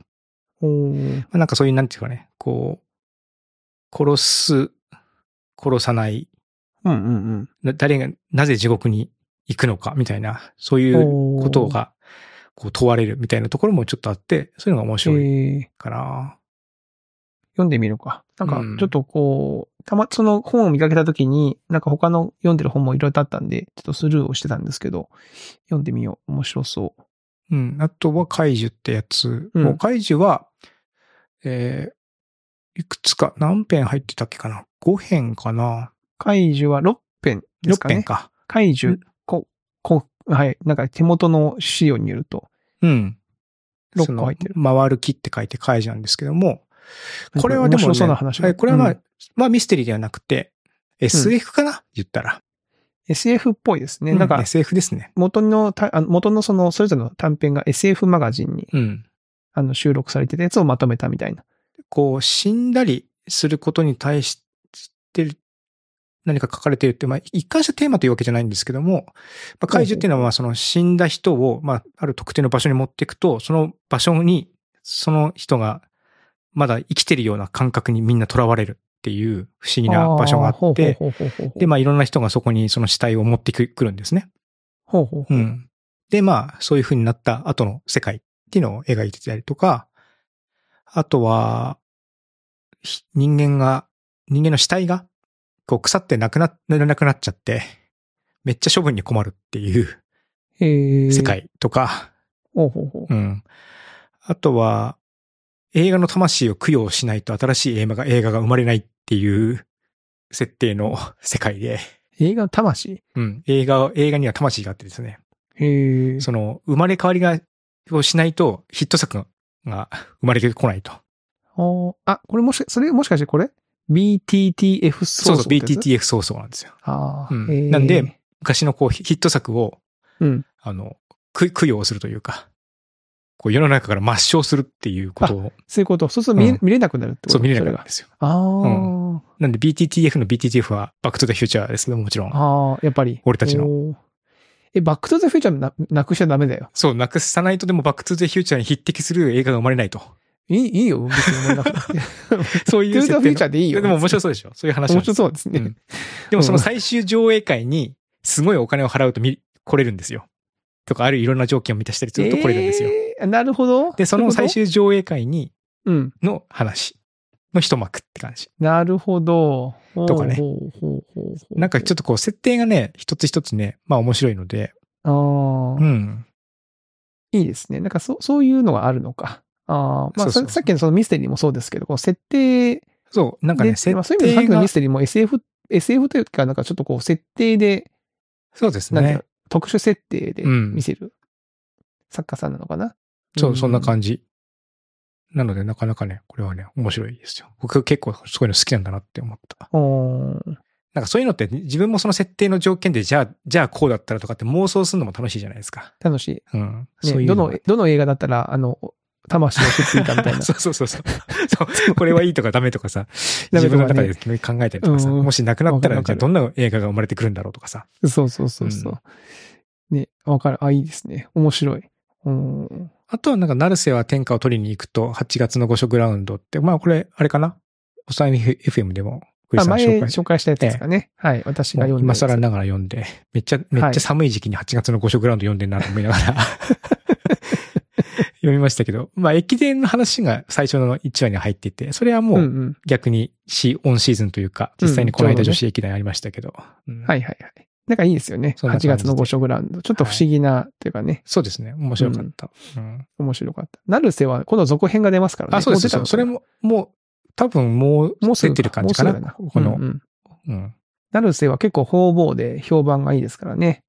Speaker 2: うん
Speaker 1: まあなんかそういう、なんていうかね、こう、殺す、殺さない、
Speaker 2: うんうん。
Speaker 1: な誰が、なぜ地獄に行くのか、みたいな、そういうことが、こう問われるみたいなところもちょっとあって、そういうのが面
Speaker 2: え
Speaker 1: 白い
Speaker 2: ー、
Speaker 1: かな。
Speaker 2: 読んでみるか。なんか
Speaker 1: うん、
Speaker 2: ちょっとこう、たま、その本を見かけたときに、なんか他の読んでる本もいろいろあったんで、ちょっとスルーをしてたんですけど、読んでみよう。面白そう。
Speaker 1: うん。あとは怪獣ってやつ。
Speaker 2: うん
Speaker 1: もう怪獣は、えーいくつか、何編入ってたっけかな ?5 編かな
Speaker 2: 怪獣は6編ですか
Speaker 1: ?6
Speaker 2: ね
Speaker 1: 編。か。
Speaker 2: 怪獣、こ、こ、はい。なんか手元の資料によると、
Speaker 1: うん。
Speaker 2: 六個
Speaker 1: その
Speaker 2: 入ってる
Speaker 1: 回る木って書いて怪獣なんですけども、これはで
Speaker 2: 面
Speaker 1: も、ね、
Speaker 2: 白そうな話だ
Speaker 1: はいこれはまあ、
Speaker 2: うん
Speaker 1: まあミステリーではなくて、SF かな、言ったら。
Speaker 2: SF っぽいですね。
Speaker 1: う
Speaker 2: なんか、
Speaker 1: SF ですね。
Speaker 2: 元のた、あの元のその、それぞれの短編が SF マガジンに
Speaker 1: うん。
Speaker 2: あの収録されてたやつをまとめたみたいな。
Speaker 1: こう、死んだりすることに対してる、何か書かれてるって、まあ、一貫したテーマというわけじゃないんですけども、まあ、怪獣っていうのは、まあその死んだ人を、まあ、ある特定の場所に持っていくと、その場所に、その人が、まだ生きてるような感覚にみんな囚われるっていう不思議な場所があ
Speaker 2: ほう
Speaker 1: っ
Speaker 2: ほう
Speaker 1: て、
Speaker 2: ほうほうほうほう
Speaker 1: で、まあ、いろんな人がそこにその死体を持ってくくるんですね。
Speaker 2: ほうほうほ
Speaker 1: う
Speaker 2: う。
Speaker 1: ん。で、まあ、そういう風になった後の世界っていうのを描いてたりとか、あとは、ひ人間が、人間の死体が、こう腐ってなくな、ならなくなっちゃって、めっちゃ処分に困るっていう
Speaker 2: へえ。
Speaker 1: 世。界とか、
Speaker 2: ほうほうほ
Speaker 1: う
Speaker 2: う。
Speaker 1: ん。あとは、映画の魂を供養しないと新しい映画が、映画が生まれないっていう設定の世界で、
Speaker 2: 映画の魂
Speaker 1: うん。映画、映画には魂があってですね。
Speaker 2: へえ。
Speaker 1: その、生まれ変わりが、をしないとヒット作が生まれてこないと。
Speaker 2: おーあ、これもし、それもしかしてこれ ?BTTF
Speaker 1: そ
Speaker 2: ソー
Speaker 1: うそう、。
Speaker 2: ス
Speaker 1: BTTF そうそうなんですよ。
Speaker 2: ああ、
Speaker 1: うん
Speaker 2: へー
Speaker 1: なんで、昔のこうヒヒット作を、
Speaker 2: うん。
Speaker 1: あの、く供養するというか、こう世の中から抹消するっていうことを、
Speaker 2: そういうこと。そうすると見え,、
Speaker 1: うん
Speaker 2: 見れなくなるってこと
Speaker 1: そう見れなくな
Speaker 2: そ
Speaker 1: る
Speaker 2: が
Speaker 1: んですよ。
Speaker 2: ああ、
Speaker 1: なんで BTTF の BTTF はバックトゥザフューチャーですね、もちろん。
Speaker 2: ああ、やっぱり。
Speaker 1: 俺たちの
Speaker 2: おー。え、バックトゥザフューチャーななくしちゃダメだよ。
Speaker 1: そう、なくさないとでもバックトゥザフューチャーに匹敵する映画が生まれないと。
Speaker 2: いい、いいよ。別に思いな くて。
Speaker 1: そう
Speaker 2: バ
Speaker 1: い
Speaker 2: ック
Speaker 1: う
Speaker 2: トゥ
Speaker 1: 設定
Speaker 2: ザフュー
Speaker 1: の
Speaker 2: チャーでいいよ。
Speaker 1: でも面白
Speaker 2: そ
Speaker 1: そうでしょそういう話
Speaker 2: う。
Speaker 1: なん
Speaker 2: 面
Speaker 1: です
Speaker 2: 白
Speaker 1: よ
Speaker 2: そうですね。
Speaker 1: うん でもその最終上映会に、すごいお金を払うと見、来れるんですよ。とか、あるいろんな条件を満たしたりすると来れるんですよ。
Speaker 2: えーなるほど。
Speaker 1: で、その最
Speaker 2: そういう
Speaker 1: 終上映会に、
Speaker 2: こと。うん。
Speaker 1: の話の一幕って感じ。
Speaker 2: なるほど。
Speaker 1: とかね
Speaker 2: ほうほうほうほうほう
Speaker 1: なんかちょっとこう、設定がね、一つ一つね、まあ面白いので、
Speaker 2: ああ、
Speaker 1: うん。
Speaker 2: いいですね。なんかそ、そういうのがあるのか。ああ、まあ
Speaker 1: そうそう
Speaker 2: ささっきのそのミステリーもそうですけど、この設定
Speaker 1: そう、なんかね、
Speaker 2: で
Speaker 1: 設
Speaker 2: まあそういう意味でさっ
Speaker 1: 定
Speaker 2: きの
Speaker 1: が
Speaker 2: ミ、ステリーも SF、SF というか、なんかちょっとこう、設定で、
Speaker 1: そうです
Speaker 2: なんていう
Speaker 1: ね
Speaker 2: の。特殊設定で
Speaker 1: うん
Speaker 2: 見せる作家さんなのかな。
Speaker 1: そう、そんな
Speaker 2: じ。
Speaker 1: 感じ。なので、なかなかね、これはね、面白いですよ。僕結構そういうの好きなんだなって思った。
Speaker 2: おー
Speaker 1: なんかそういうのって、自分もその設定の条件で、じゃあ、じゃあこうだったらとかって妄想するのも楽しいじゃないですか。
Speaker 2: 楽しい。
Speaker 1: うん。
Speaker 2: ね
Speaker 1: そういう
Speaker 2: ど
Speaker 1: の
Speaker 2: の
Speaker 1: が。、
Speaker 2: どの映画だったら、あの、魂をくっついたみたい な。
Speaker 1: そうそうそうそう。そう。これはいいとかダメとか さ、
Speaker 2: ダメ
Speaker 1: 自
Speaker 2: とかね
Speaker 1: 分の中で考えたりとかさ、
Speaker 2: うん
Speaker 1: もしなくなった
Speaker 2: わ
Speaker 1: ら、じ
Speaker 2: か
Speaker 1: ゃ
Speaker 2: るわかる
Speaker 1: あどんな映画が生まれてくるんだろうとかさ。
Speaker 2: そうそうそうそう。ね、わかる。あ、いいですね。面白い。うん。
Speaker 1: あとはなんか、成瀬は天下を取りに行くと、8月の五色ラウンドって、まあこれ、あれかなおさえみ FM でも、クリ
Speaker 2: あ
Speaker 1: スさん
Speaker 2: 前
Speaker 1: 紹介
Speaker 2: 紹介したやつですかね。はい。私が
Speaker 1: もう
Speaker 2: 読んだ
Speaker 1: 今
Speaker 2: やつ。
Speaker 1: 更ながら読んで、めっちゃ、めっちゃ寒い時期に8月の五色ラウンド読んでんなと思いながら、 読みましたけど、まあ駅伝の話が最初の1話に入ってて、それはも
Speaker 2: うん
Speaker 1: う
Speaker 2: うん。
Speaker 1: 逆にシオンシーズンというか、実際にこの間女子駅伝ありましたけど。うん
Speaker 2: はいはいはい。なんかいいですよね。
Speaker 1: そんな感じ
Speaker 2: 8
Speaker 1: で
Speaker 2: 月の五色ラウンド。ちょっと不思議な、というかね、
Speaker 1: そうですね。面白かった。うん
Speaker 2: 面白かった。成瀬は、今度続編が出ますからね。
Speaker 1: あ、そうです
Speaker 2: も出たの
Speaker 1: それ
Speaker 2: かな、
Speaker 1: も、もう、多分もう、
Speaker 2: もうす
Speaker 1: 出
Speaker 2: ぐ
Speaker 1: てる感じかな。
Speaker 2: もうすぐだ
Speaker 1: この、
Speaker 2: うんうん
Speaker 1: うん
Speaker 2: 成瀬は結構方々で評判がいいですからね。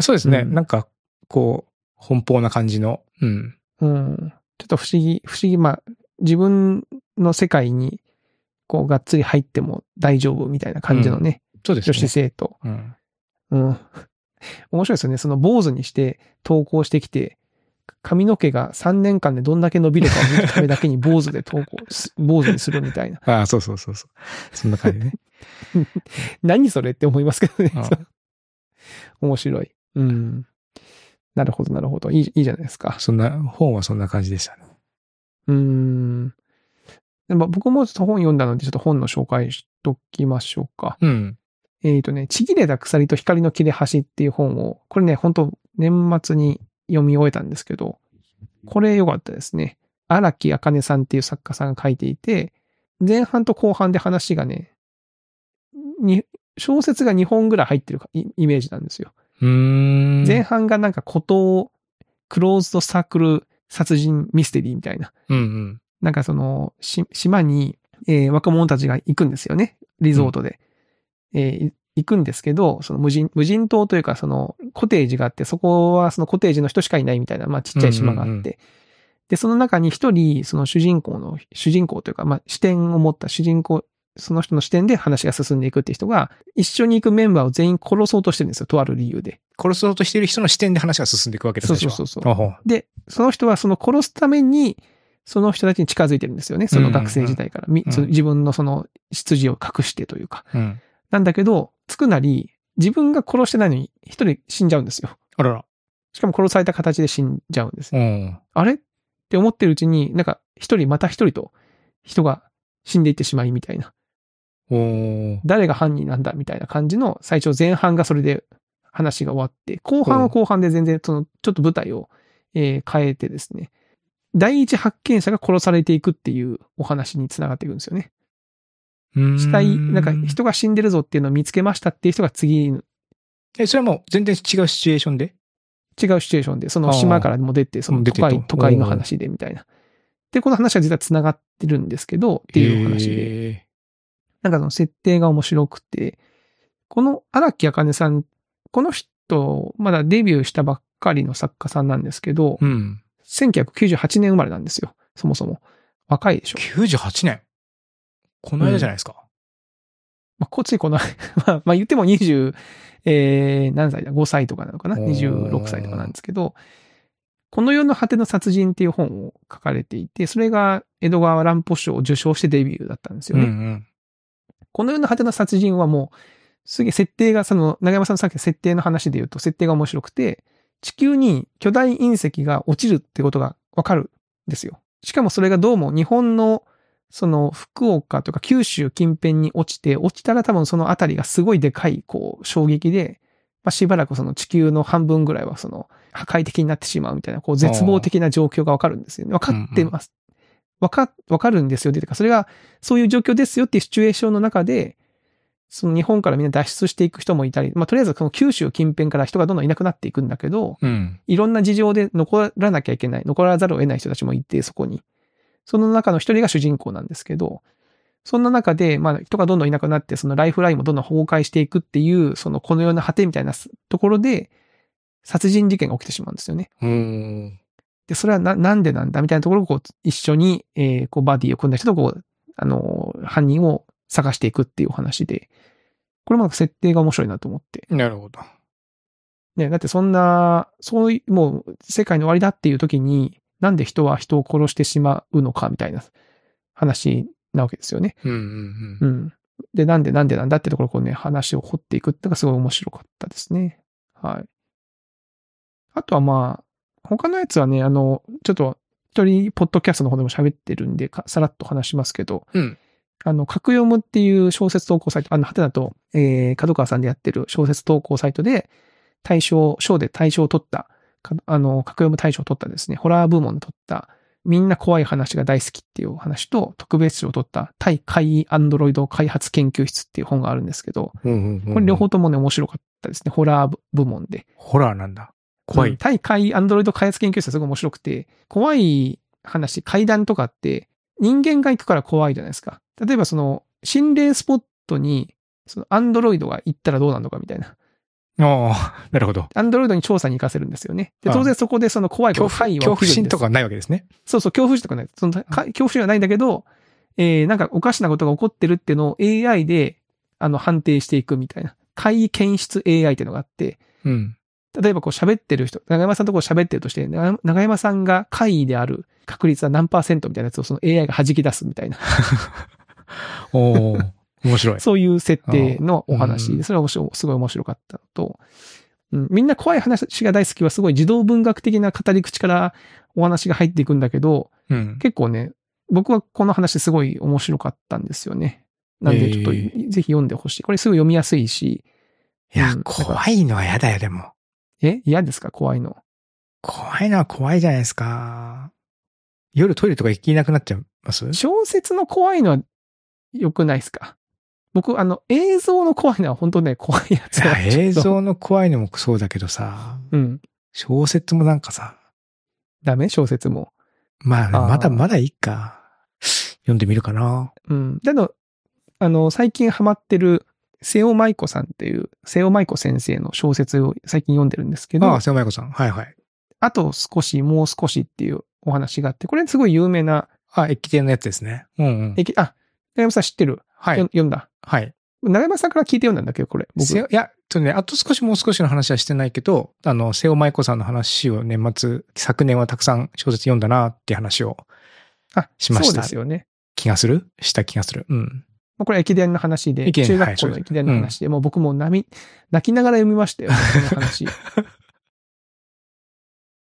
Speaker 1: そうですね。
Speaker 2: うん
Speaker 1: なんか、こう、奔放な感じの。うん。
Speaker 2: うん。ちょっと不思議、不思議、まあ、自分の世界に、こう、がっつり入っても大丈夫みたいな感じのね、
Speaker 1: そうです
Speaker 2: 女子
Speaker 1: ね。
Speaker 2: 生徒。
Speaker 1: うん。
Speaker 2: うん。面白いですよね。その坊主にして投稿してきて、髪の毛が3年間でどんだけ伸びるかを見るためだけに坊主で投稿す、坊主にする みたいな。
Speaker 1: あそうそうそうそう。そんな感じ ね。
Speaker 2: 何それって思いますけどね
Speaker 1: うん。
Speaker 2: 面白い。うん。なるほど、なるほど。いい、いいじゃないですか。
Speaker 1: そんな、本はそんな感じでしたね。
Speaker 2: うん。でも僕もちょっと本読んだので、ちょっと本の紹介しときましょうか。
Speaker 1: うん。
Speaker 2: えっ、とね、ちぎれた鎖と光の切れ端っていう本を、これね、本当年末に読み終えたんですけど、これ良かったですね。荒木あかねさんっていう作家さんが書いていて、前半と後半で話がね、に小説が2本ぐらい入ってるかイイメージなんですよ。
Speaker 1: うーん。
Speaker 2: 前半がなんか孤島、クローズドサークル殺人ミステリーみたいな。
Speaker 1: うんうん。
Speaker 2: なんかその、し島に、えー若者たちが行くんですよね。リゾートで。えーい行くんですけど、その無人、無人島というか、その、コテージがあって、そこはそのコテージの人しかいないみたいな、まあちっちゃい島があって。
Speaker 1: うんうんうん
Speaker 2: で、その中に一人、その主人公の、主人公というか、まあ視点を持った主人公、その人の視点で話が進んでいくっていう人が、一緒に行くメンバーを全員殺そうとしてるんですよ。とある理由で。
Speaker 1: 殺そうとしている人の視点で話が進んでいくわけです
Speaker 2: そう
Speaker 1: ね。
Speaker 2: そうそうそう。
Speaker 1: あほう
Speaker 2: で、その人はその殺すために、その人たちに近づいてるんですよね。その学生時代から。み
Speaker 1: うん
Speaker 2: その自分のその出自を隠してというか。
Speaker 1: うん。
Speaker 2: なんだけど、つくなり、自分が殺してないのに一人死んじゃうんですよ。
Speaker 1: あらら。
Speaker 2: しかも殺された形で死んじゃうんです。
Speaker 1: うん。
Speaker 2: あれって思ってるうちに、なんか一人また一人と人が死んでいってしまいみたいな。
Speaker 1: おー。
Speaker 2: 誰が犯人なんだみたいな感じの最初前半がそれで話が終わって、後半は後半で全然そのちょっと舞台を、えー変えてですね、第一発見者が殺されていくっていうお話につながっていくんですよね。
Speaker 1: うん
Speaker 2: 死体、なんか人が死んでるぞっていうのを見つけましたっていう人が次の
Speaker 1: え、それはもう全然違うシチュエーションで。
Speaker 2: 違うシチュエーションで、その島からも出て、その都
Speaker 1: 出て
Speaker 2: 会、
Speaker 1: と
Speaker 2: 都会の話でみたいな。で、この話は実は繋がってるんですけど、っていうお話で。
Speaker 1: で。
Speaker 2: なんかその設定が面白くて、この荒木茜さん、この人、まだデビューしたばっかりの作家さんなんですけど、
Speaker 1: うん。
Speaker 2: 1998年生まれなんですよ。そもそも。若いでしょ。
Speaker 1: 98年。この間じゃないですか。
Speaker 2: まあ、こっちこの、 まあ、まあ言っても20、えー、何歳だ ?5 歳とかなのかな
Speaker 1: おー
Speaker 2: ?26 歳とかなんですけど、この世の果ての殺人っていう本を書かれていて、それが江戸川乱歩賞を受賞してデビューだったんですよね。
Speaker 1: ん
Speaker 2: この世の果ての殺人はもう、すげえ設定が、その、長山さんのさっきの設定の話で言うと、設定が面白くて、地球に巨大隕石が落ちるってことがわかるんですよ。しかもそれがどうも日本の、その、福岡とか九州近辺に落ちて、落ちたら多分その辺りがすごいでかい、こう、衝撃で、まあ、しばらくその地球の半分ぐらいはその、破壊的になってしまうみたいな、こう、絶望的な状況がわかるんですよね。わかってます。わか、わかるんですよ。で、てか、それが、そういう状況ですよっていうシチュエーションの中で、その日本からみんな脱出していく人もいたり、まあ、とりあえずその九州近辺から人がどんどんいなくなっていくんだけど、
Speaker 1: うん。うん。
Speaker 2: いろんな事情で残らなきゃいけない、残らざるを得ない人たちもいて、そこに。その中の一人が主人公なんですけど、そんな中で、まあ、人がどんどんいなくなって、そのライフラインもどんどん崩壊していくっていう、そのこの世の果てみたいなところで、殺人事件が起きてしまうんですよね。
Speaker 1: うん。
Speaker 2: で、それはな、なんでなんだみたいなところをこう、一緒に、えーこう、バディを組んだ人と、こう、あのー犯人を探していくっていうお話で、これもなんか設定が面白いなと思って。
Speaker 1: なるほど。
Speaker 2: ね、だってそんな、そういう、もう、世界の終わりだっていう時に、なんで人は人を殺してしまうのか、みたいな話なわけですよね。
Speaker 1: うんうん
Speaker 2: う。ん。で、なんでなんでなんだってところをこうね、話を掘っていくってのがすごい面白かったですね。はい。あとはまあ、他のやつはね、あの、ちょっと、一人、ポッドキャストの方でも喋ってるんで、かさらっと話しますけど、
Speaker 1: うん
Speaker 2: あの、格読むっていう小説投稿サイト、あの、ハテナと、えー、角川さんでやってる小説投稿サイトで、大賞、賞で大賞を取った、かあの、格読む大賞を取ったですね、ホラー部門で取った、みんな怖い話が大好きっていうお話と、特別賞を取った、対怪異アンドロイド開発研究室っていう本があるんですけど、
Speaker 1: うんうん。
Speaker 2: これ両。方ともね、面白かったですね。ホラー部部門で。
Speaker 1: ホラーなんだ。怖
Speaker 2: うん
Speaker 1: い。
Speaker 2: 対怪異アンドロイド開発研究室はすごい面白くて、怖い話、怪談とかって、人間が行くから怖いじゃないですか。例えばその、心霊スポットに、そのアンドロイドが行ったらどうなのかみたいな。
Speaker 1: ああ、なるほど。
Speaker 2: アンドロイドに調査に行かせるんですよね。で、当然そこでその怖いこと
Speaker 1: 恐怖
Speaker 2: 怪異
Speaker 1: 恐
Speaker 2: は
Speaker 1: 怖
Speaker 2: 起きるん
Speaker 1: 心
Speaker 2: です
Speaker 1: とかないわけですね。
Speaker 2: そうそう、恐怖心とかない。その、か恐怖心はないんだけど、えー、なんかおかしなことが起こってるっていうのを AI で、あの、判定していくみたいな。怪異検出 AI っていうのがあって、
Speaker 1: うん。
Speaker 2: 例えばこう喋ってる人、長山さんとこう喋ってるとして、長長山さんが怪異である確率は何パーセントみたいなやつをその AI が弾き出すみたいな、
Speaker 1: おお、面白い。
Speaker 2: そういう設定のお
Speaker 1: う
Speaker 2: 話で、
Speaker 1: ん
Speaker 2: それは面白いすごい面白かったのと、うん、みんな怖い話が大好きはすごい児童文学的な語り口からお話が入っていくんだけど、
Speaker 1: うん。
Speaker 2: 結構ね、僕はこの話すごい面白かったんですよね。なんでちょっと、
Speaker 1: え
Speaker 2: ぜひ読んでほしい。これすぐ読みやすいし、
Speaker 1: いや
Speaker 2: うん、
Speaker 1: 怖いのは嫌だよ、でも。
Speaker 2: え嫌ですか怖いの。
Speaker 1: 怖いのは怖いじゃないですか。夜トイレとか行けなくな っちゃいます
Speaker 2: 小説の怖いのは良くないですか僕、あの、映像の怖いのは本当ね、怖いやつ
Speaker 1: いや
Speaker 2: はちょっと
Speaker 1: 映像の怖いのもそうだけどさ、
Speaker 2: うん。
Speaker 1: 小説もなんかさ、
Speaker 2: ダメ小説も。
Speaker 1: ま
Speaker 2: あ
Speaker 1: あ、
Speaker 2: ー
Speaker 1: まだまだいいか。読んでみるかな。
Speaker 2: うん。だけど、あの、最近ハマってる、瀬尾舞子さんっていう、瀬尾舞子先生の小説を最近読んでるんですけど、
Speaker 1: ああ、瀬尾舞子さん。はいはい。
Speaker 2: あと少し、もう少しっていうお話があって、これすごい有名な、
Speaker 1: あ、駅伝のやつですね。うんうん。
Speaker 2: えきあ、長山さん知ってる、
Speaker 1: は
Speaker 2: よ
Speaker 1: い。
Speaker 2: 読んだ。
Speaker 1: はい。
Speaker 2: 長山さんから聞いて読んだんだけど、これ。僕
Speaker 1: 瀬尾いや、ちょっとね、あと少しもう少しの話はしてないけど、あの、瀬尾舞子さんの話を年末、昨年はたくさん小説読んだなっていう話を
Speaker 2: あ、
Speaker 1: しました
Speaker 2: そうですよね。
Speaker 1: 気がするした気がする。うん。
Speaker 2: まあこれは駅伝の話で、
Speaker 1: 駅伝
Speaker 2: 中学校
Speaker 1: は
Speaker 2: の
Speaker 1: い
Speaker 2: 駅伝の話で、もう僕もう泣泣きながら読みましたよ、こ の話。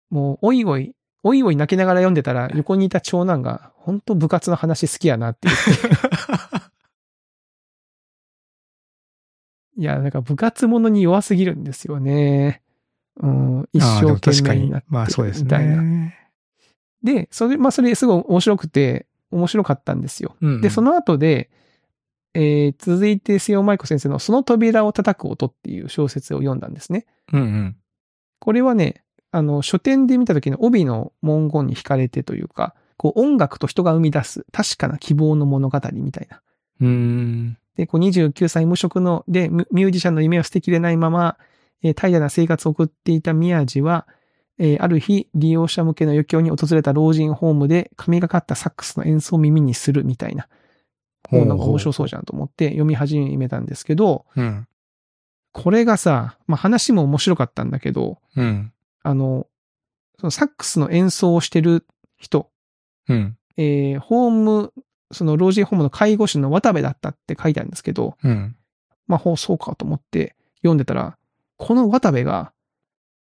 Speaker 2: もう、おいおい、おいおい泣きながら読んでたら、横にいた長男が、本当部活の話好きやなって言って。 いや、なんか部活ものに弱すぎるんですよね。うん、一
Speaker 1: ああで
Speaker 2: 生
Speaker 1: も確
Speaker 2: 懸
Speaker 1: か
Speaker 2: 命
Speaker 1: に
Speaker 2: になって
Speaker 1: まあそう
Speaker 2: る
Speaker 1: です
Speaker 2: みたいな。
Speaker 1: ね。
Speaker 2: で、それ、まあそれすごい面白くて、面白かったんですよ。
Speaker 1: うん
Speaker 2: で、そ
Speaker 1: の、
Speaker 2: の後で、えー続いて、瀬尾舞子先生のその扉を叩く音っていう小説を読んだんですね。
Speaker 1: うんうん。
Speaker 2: これはね、あの、書店で見た時の帯の文言に惹かれてというか、こう音楽と人が生み出す確かな希望の物語みたいな。
Speaker 1: うーん。
Speaker 2: で、こう29歳無職の、で、ミュミュージシャンの夢を捨てきれないまま、えー、怠惰な生活を送っていた宮地は、えーある日、利用者向けの余興に訪れた老人ホームで、神がかったサックスの演奏を耳にするみたいな、もうなんか面白そうじゃんと思って読み始めたんですけど、
Speaker 1: うん。
Speaker 2: これがさ、まあ話も面白かったんだけど、
Speaker 1: うん。
Speaker 2: あの、そのサックスの演奏をしてる人、
Speaker 1: うん。
Speaker 2: えーホーム、その老人ホームの介護士の渡部だったって書いてあるんですけど、
Speaker 1: うん。
Speaker 2: まあ、ほう、そうかと思って読んでたら、この渡部が、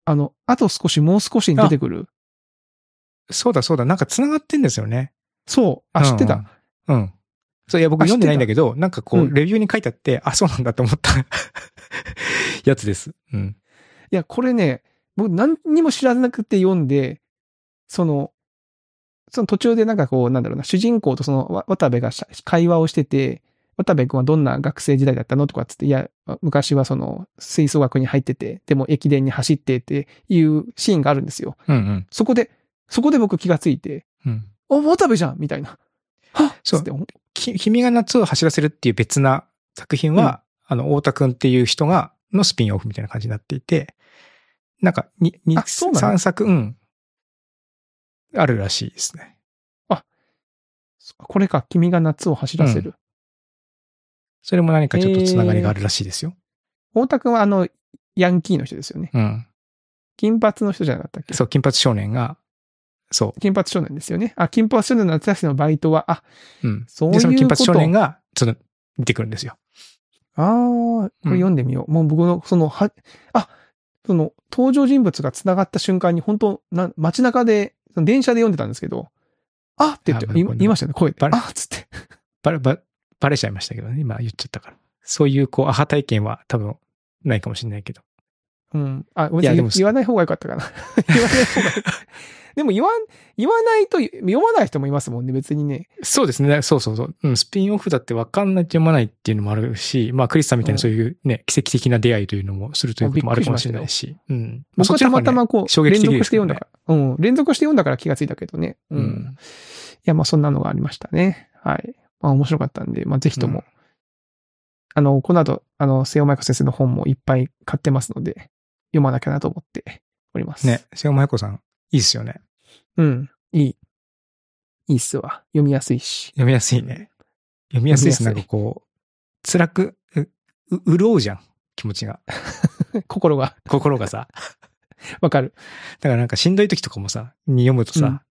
Speaker 2: あの、あと少し、もう少しに出てくる。
Speaker 1: そうだそうだ。なんか繋がってんですよね。
Speaker 2: そう。あ、知ってた。
Speaker 1: うんうん。うん。そう、いや、僕
Speaker 2: あ
Speaker 1: 読んでないんだけど、なんかこ
Speaker 2: う
Speaker 1: う、
Speaker 2: ん
Speaker 1: レビューに書いてあって、あ、そうなんだと思った やつです。うん。
Speaker 2: いや、これね、僕何にも知らなくて読んで、その、その途中でなんかこう、なんだろうな、主人公とそのわ渡部がし会話をしてて、渡部君はどんな学生時代だったのとかっつって、いや、昔はその吹奏楽に入ってて、でも駅伝に走ってっていうシーンがあるんですよ。
Speaker 1: うんうん。
Speaker 2: そこで、そこで僕気がついて、
Speaker 1: うん。
Speaker 2: あ、渡部じゃんみたいな。はっ
Speaker 1: そ
Speaker 2: つ
Speaker 1: う
Speaker 2: って
Speaker 1: き、君が夏を走らせるっていう別な作品は、あの、太田くんっていう人が、のスピンオフみたいな感じになっていて、なんか、に、に、
Speaker 2: あそうなの
Speaker 1: 3作、うん。あるらしいですね。
Speaker 2: これか、君が夏を走らせる。
Speaker 1: それも何かちょっとつながりがあるらしいですよ。
Speaker 2: 大田くんはあの、ヤンキーの人ですよね。
Speaker 1: うん。
Speaker 2: 金髪の人じゃなかったっけ
Speaker 1: そう、金髪少年が、そ
Speaker 2: 金髪少年ですよね。あ、金髪少年の夏休みのバイトは、あ、
Speaker 1: う。うん。
Speaker 2: そういう
Speaker 1: で、その金髪
Speaker 2: こと
Speaker 1: 少年が、その、出てくるんですよ。
Speaker 2: あー、これ読んでみよう。もう僕の、その、は、あ、その、登場人物が繋がった瞬間に、本当な街中で、その電車で読んでたんですけど、あって言って
Speaker 1: あ、
Speaker 2: 言い
Speaker 1: これ
Speaker 2: 言いましたよね、声で。
Speaker 1: バレ
Speaker 2: あっつって。
Speaker 1: バレ、バレ、バレちゃいましたけどね。今言っちゃったから。そういう、こう、アハ体験は多分、ないかもしれないけど。
Speaker 2: うん。あ、ごめん
Speaker 1: い
Speaker 2: な
Speaker 1: や
Speaker 2: さい
Speaker 1: でも
Speaker 2: 言わない方がよかったかな。 言わない方が。でも言わん、言わないと、読まない人もいますもんね、別にね。
Speaker 1: そうですね。そうそうそう。うん、スピンオフだって分かんないと読まないっていうのもあるし、まあ、クリスさんみたいなそういうね、奇跡的な出会いというのもするということもあるかもしれないし。うん。まあ
Speaker 2: 僕
Speaker 1: そっ
Speaker 2: は
Speaker 1: ちの方が
Speaker 2: たま
Speaker 1: ね
Speaker 2: たまこう、
Speaker 1: 衝撃
Speaker 2: 連
Speaker 1: 的
Speaker 2: 続
Speaker 1: で
Speaker 2: し
Speaker 1: す
Speaker 2: て
Speaker 1: け
Speaker 2: 読
Speaker 1: ど
Speaker 2: ん
Speaker 1: ね
Speaker 2: だから。うん。連続して読んだから気がついたけどね。うん。
Speaker 1: う
Speaker 2: い
Speaker 1: ん。
Speaker 2: や、まあそんなのがありましたね。はい。まあ面白かったんで、まあぜひとも。
Speaker 1: うん
Speaker 2: あの、この後、あの、瀬尾舞子先生の本もいっぱい買ってますので、読まなきゃなと思っております。
Speaker 1: ね、。瀬尾麻也子さん、いいっすよね。
Speaker 2: うん。いい。いいっすわ。読みやすいし。
Speaker 1: 読みやすいね。読みやすいです。なんか
Speaker 2: 読みやす
Speaker 1: こう、辛く、う、う潤うじゃん。気持ちが。
Speaker 2: 心が
Speaker 1: 心がさ。
Speaker 2: わかる。
Speaker 1: だからなんかしんどい時とかもさ、に読むとさ、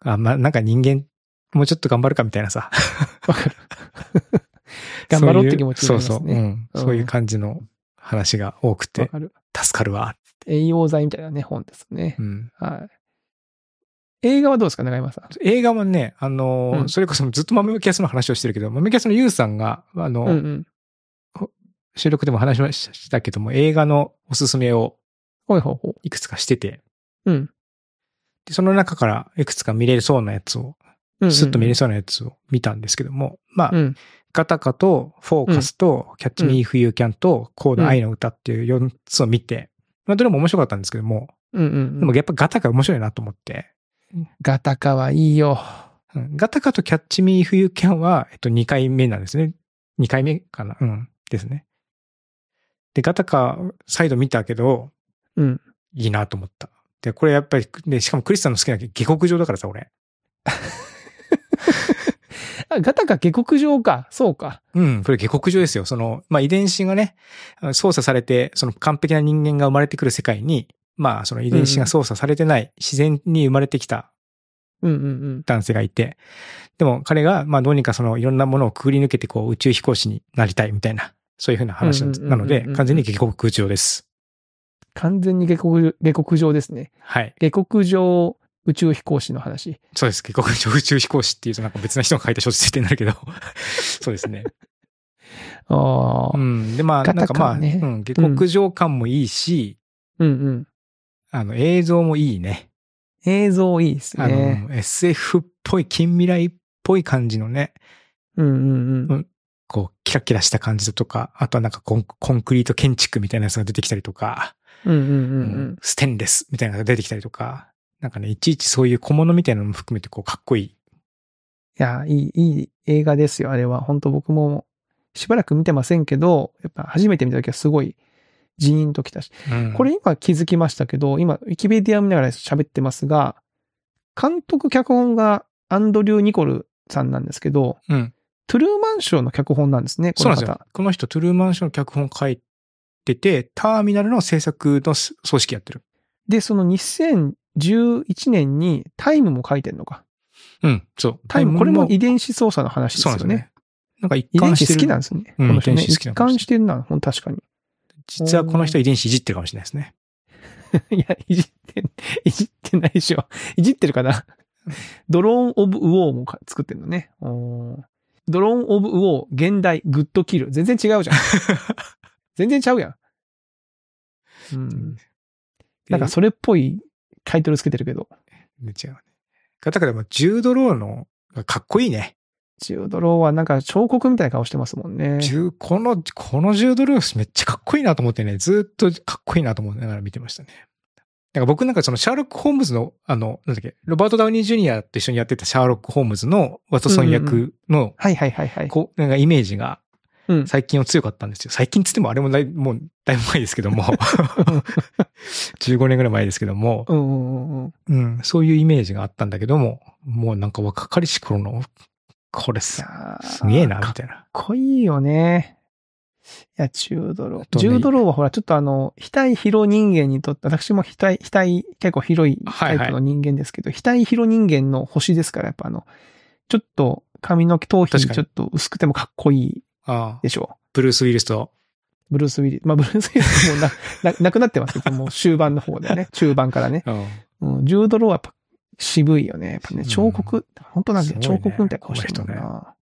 Speaker 1: あ、まあ、なんか人間、もうちょっと頑張るかみたいなさ。
Speaker 2: わ かる。 頑張ろうって気持ちになり
Speaker 1: そういうそうそ
Speaker 2: ますね
Speaker 1: う、うん。
Speaker 2: うん
Speaker 1: そういう感じの話が多く
Speaker 2: わ
Speaker 1: て、
Speaker 2: かる。
Speaker 1: 助かるわ。
Speaker 2: 栄養剤みたいなね、本ですね
Speaker 1: う。ん。
Speaker 2: はい。映画はどうですか、長山さん。
Speaker 1: 映画もね、あのー
Speaker 2: うん
Speaker 1: それこそずっと豆ムキャスの話をしてるけど、豆ムキャスのユウさんが、あの、
Speaker 2: うんうん。
Speaker 1: 収録でも話しましたけども、映画のおすすめを
Speaker 2: ほいほいほい。
Speaker 1: いくつかしてて、
Speaker 2: うん。
Speaker 1: でその中からいくつか見れそうなやつを、
Speaker 2: うんうん
Speaker 1: スッと見れそうなやつを見たんですけども、まあ、
Speaker 2: うん。
Speaker 1: ガタカとフォーカスとキャッチミーフユーキャンとコーダ愛の歌っていう4つを見て、まあ、どれも面白かったんですけども、
Speaker 2: うんうん。
Speaker 1: でもやっぱガタカ面白いなと思って、
Speaker 2: ガタカはいいよ。
Speaker 1: うんガタカとキャッチミーフユーキャンは、えっと、2回目なんですね。2回目かなうん。ですね。で、ガタカ再度見たけど、
Speaker 2: うん。
Speaker 1: いいなと思った。で、これやっぱり、で、しかもクリスさんの好きな下克上だからさ、俺。
Speaker 2: あ、ガタカ下克上か。そうか。
Speaker 1: うん、これ下克上ですよ。その、まあ、遺伝子がね、あの操作されて、その完璧な人間が生まれてくる世界に、まあ、その遺伝子が操作されてない、自然に生まれてきた
Speaker 2: うんうんうん。
Speaker 1: 男性がいて、でも彼が、まあ、どうにかそのいろんなものをくぐり抜けて、こう、宇宙飛行士になりたいみたいな、そういうふうな話なんです
Speaker 2: うんうん
Speaker 1: な
Speaker 2: う
Speaker 1: ん
Speaker 2: うんう
Speaker 1: の
Speaker 2: ん
Speaker 1: で、完全に下克上です。
Speaker 2: 完全に下克上、下克上ですね。
Speaker 1: はい。
Speaker 2: 下克上宇宙飛行士の話。
Speaker 1: そうです。下克上宇宙飛行士っていうと、なんか別な人が書いた小説になるけど、 そうですね。
Speaker 2: ああ、
Speaker 1: う
Speaker 2: う。
Speaker 1: んん。で、まあ、
Speaker 2: ガ
Speaker 1: なん
Speaker 2: タ
Speaker 1: か
Speaker 2: 感
Speaker 1: まあ、
Speaker 2: ね
Speaker 1: うん、下克上感もいいし、
Speaker 2: うん
Speaker 1: あの、映像もいいね。
Speaker 2: 映像いいです
Speaker 1: あの、
Speaker 2: ね。
Speaker 1: SF っぽい、近未来っぽい感じのね、
Speaker 2: うんうんうん。
Speaker 1: こう、キラキラした感じだとか、あとはなんかコンコンクリート建築みたいなやつが出てきたりとか、
Speaker 2: うんうんうんう
Speaker 1: うんん。ステンレスみたいなのが出てきたりとか、なんかね、いちいちそういう小物みたいなのも含めてこうかっこいい。
Speaker 2: いや、いい、いい映画ですよ、あれは。本当僕も、しばらく見てませんけど、やっぱ初めて見た時はすごい、ジーンときたし。
Speaker 1: うん
Speaker 2: これ今気づきましたけど、今、ウィキペディアを見ながら喋ってますが、監督脚本がアンドリュー・ニコルさんなんですけど、
Speaker 1: うん。
Speaker 2: トゥルーマンショーの脚本なんですね、こ
Speaker 1: そう
Speaker 2: の
Speaker 1: なんですよ
Speaker 2: 方。。
Speaker 1: この人、トゥルーマンションの脚本書いてて、ターミナルの制作の組織やってる。
Speaker 2: で、その2011年にタイムも書いてんのか。
Speaker 1: うん、そう。
Speaker 2: タイム、これも遺伝子操作の話です
Speaker 1: そう
Speaker 2: よ
Speaker 1: なんですよ
Speaker 2: ね。
Speaker 1: ね。なんか一
Speaker 2: 遺伝
Speaker 1: 貫し
Speaker 2: 子
Speaker 1: て
Speaker 2: 好
Speaker 1: る。
Speaker 2: きなんですよね。
Speaker 1: うん
Speaker 2: この人ね。
Speaker 1: 遺伝子好き
Speaker 2: 一
Speaker 1: なのかもしれない
Speaker 2: 貫してるな、ほん確かに。
Speaker 1: 実はこの人遺伝子いじってるかもしれないですね。
Speaker 2: いや、いじって、 いじってないでしょ。いじってるかな。ドローン・オブ・ウォーもか作ってんのね。おードローン・オブ・ウォー、現代、グッド・キル。全然違 うじゃん。全然ちゃうやん。うん。なんかそれっぽいタイトルつけてるけど。
Speaker 1: ね違うね。だからでも、ジュードローのがかっこいいね。
Speaker 2: ジュードローはなんか彫刻みたいな顔してますもんね。
Speaker 1: ジュこの、このジュードローめっちゃかっこいいなと思ってね、ずっとかっこいいなと思いながら見てましたね。なんか僕なんかそのシャーロック・ホームズの、あの、なんだっけ、ロバート・ダウニー・ジュニアと一緒にやってたシャーロック・ホームズのワトソン役の、
Speaker 2: はいはいはいはい。
Speaker 1: こう、なんかイメージが
Speaker 2: うん。
Speaker 1: 最近は強かったんですよ。最近つってもあれもだいもうだいぶ前ですけど も。15年ぐらい前ですけども、
Speaker 2: うんうんうんうん。
Speaker 1: うん、そういうイメージがあったんだけども、もうなんか若かりし頃の、これす、すげえな、みたいな。
Speaker 2: かっこいいよね。いや、ジュードロー。
Speaker 1: あとね
Speaker 2: ジュードローはほら、ちょっとあの、額広人間にとって、私も額、額結構広いタイプの人間ですけど、額広人間の星ですから、やっぱあの、ちょっと髪の毛、頭皮
Speaker 1: 確かに
Speaker 2: ちょっと薄くてもかっこいい
Speaker 1: ああ
Speaker 2: でしょ
Speaker 1: ブルース・ウィルスと、
Speaker 2: う。ブルース・ウィリス。まあ、ブルース・ウィリスもうな、な、 なくなってますけど、もう終盤の方で ね、中盤からね。うん、ジュードローはやっぱ渋いよね。やっぱね、彫刻、
Speaker 1: う
Speaker 2: 本当なんだよ、
Speaker 1: すごい
Speaker 2: 彫
Speaker 1: ね
Speaker 2: 刻みたいな顔してるもん
Speaker 1: この人
Speaker 2: な。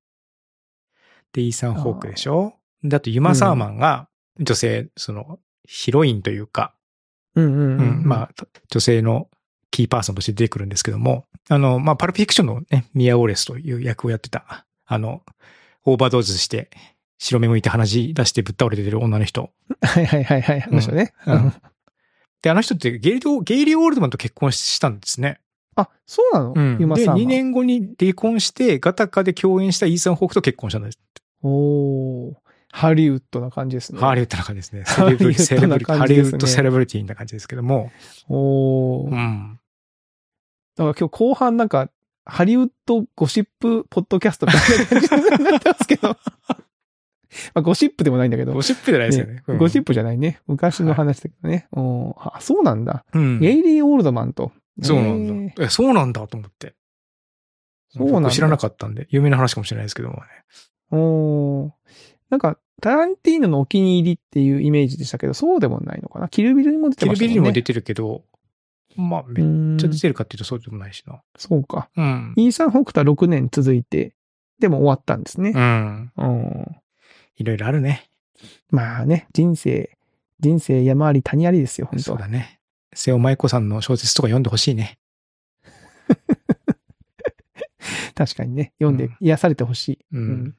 Speaker 1: で、イーサン・ホークでしょだと、ユマ・サーマンが、女性、その、ヒロインというか、
Speaker 2: うんうんう。
Speaker 1: うんんまあ、女性のキーパーソンとして出てくるんですけども、あの、まあ、パルプフィクションのね、ミア・オーレスという役をやってた、あの、オーバードーズして、白目向いて鼻血出してぶっ倒れてる女の人。
Speaker 2: はいはいはいはい。あの人ね。
Speaker 1: うんうんで、あの人ってゲイリー・ゲイリー・オールドマンと結婚したんですね。
Speaker 2: あ、そうなの、
Speaker 1: で、
Speaker 2: ユマさんは。
Speaker 1: 2年後に離婚して、ガタカで共演したイーサン・ホークと結婚したんです。
Speaker 2: おーハリウッドな感じですね。
Speaker 1: ハリウッドな感じですね。セレブリ
Speaker 2: ハリウッドな感じです
Speaker 1: セレブリハリウッ
Speaker 2: ね
Speaker 1: ドセレブリティな感じですけども。
Speaker 2: おー
Speaker 1: う
Speaker 2: だか
Speaker 1: ん。
Speaker 2: ら今日後半なんか、ハリウッドゴシップポッドキャストみたいな感じになってます けど。まあ、ゴシップでもないんだけど。
Speaker 1: ゴシップじゃないですよね。うん
Speaker 2: ゴシップじゃないね。昔の話だけどね。おーあ、そうなんだ。
Speaker 1: うん。
Speaker 2: ゲイリー・オールドマンと。
Speaker 1: そうなん
Speaker 2: へ
Speaker 1: だ。え、そうなんだと思って。
Speaker 2: そうなんだ
Speaker 1: 僕知らなかったんで、有名な話かもしれないですけどもね。
Speaker 2: ー。おーなんか、タランティーノのお気に入りっていうイメージでしたけど、そうでもないのかな。キルビルにも出て
Speaker 1: キ
Speaker 2: ま
Speaker 1: ル
Speaker 2: したも
Speaker 1: ビル
Speaker 2: んね。
Speaker 1: にも出てるけど、まあ、めっちゃ
Speaker 2: うー
Speaker 1: 出
Speaker 2: ん
Speaker 1: てるかっていうとそうでもないしな。
Speaker 2: そうか。
Speaker 1: うん。
Speaker 2: イーサン・ホクタ6年続いて、でも終わったんですね
Speaker 1: う。ん。
Speaker 2: うん。
Speaker 1: いろいろあるね。
Speaker 2: まあね、人生、人生山あり谷ありですよ、本当
Speaker 1: そうだね。瀬尾舞子さんの小説とか読んでほしいね。
Speaker 2: 確かにね、読ん
Speaker 1: う
Speaker 2: で
Speaker 1: ん
Speaker 2: 癒されてほしい。
Speaker 1: う。
Speaker 2: うん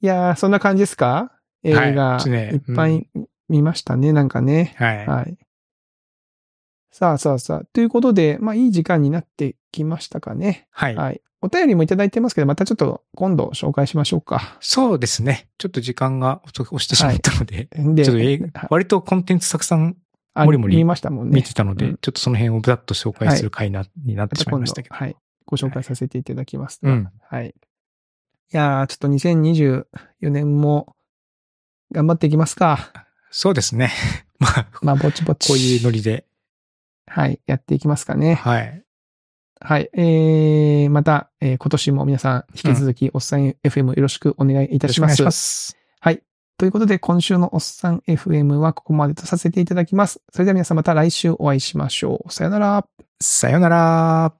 Speaker 2: いやー、そんな感じですか映画、
Speaker 1: はいそう
Speaker 2: い
Speaker 1: ね
Speaker 2: っぱい見ましたね、なんかね。
Speaker 1: はい。
Speaker 2: はい。さあさあさあ、ということで、まあいい時間になってきましたかね。
Speaker 1: はい。
Speaker 2: はい。お便りもいただいてますけど、またちょっと今度紹介しましょうか。
Speaker 1: そうですね。ちょっと時間が押してしまったので、
Speaker 2: で、
Speaker 1: ちょっとえ
Speaker 2: は
Speaker 1: 割とコンテンツたくさん
Speaker 2: あ
Speaker 1: もりもり
Speaker 2: 見ましたもんね。
Speaker 1: 見てたので、
Speaker 2: うん
Speaker 1: ちょっとその辺をぶらっと紹介する回な、になっ
Speaker 2: ま
Speaker 1: て
Speaker 2: た
Speaker 1: しまい
Speaker 2: 今
Speaker 1: まし
Speaker 2: 度
Speaker 1: たけ、ど。
Speaker 2: はい。ご紹介させていただきます。
Speaker 1: うん。
Speaker 2: はい。いやー、ちょっと2024年も頑張っていきますか。
Speaker 1: そうですね。 まあ、
Speaker 2: まあ、ぼちぼち。
Speaker 1: こういうノリで。
Speaker 2: はい、やっていきますかね。
Speaker 1: はい。
Speaker 2: はい。えー、また、えー今年も皆さん、引き続き、おっさん FM よろしくお願いいたします。
Speaker 1: す。
Speaker 2: はい。ということで、今週のおっさん FM はここまでとさせていただきます。それでは皆さんまた来週お会いしましょう。さよなら。
Speaker 1: さよなら。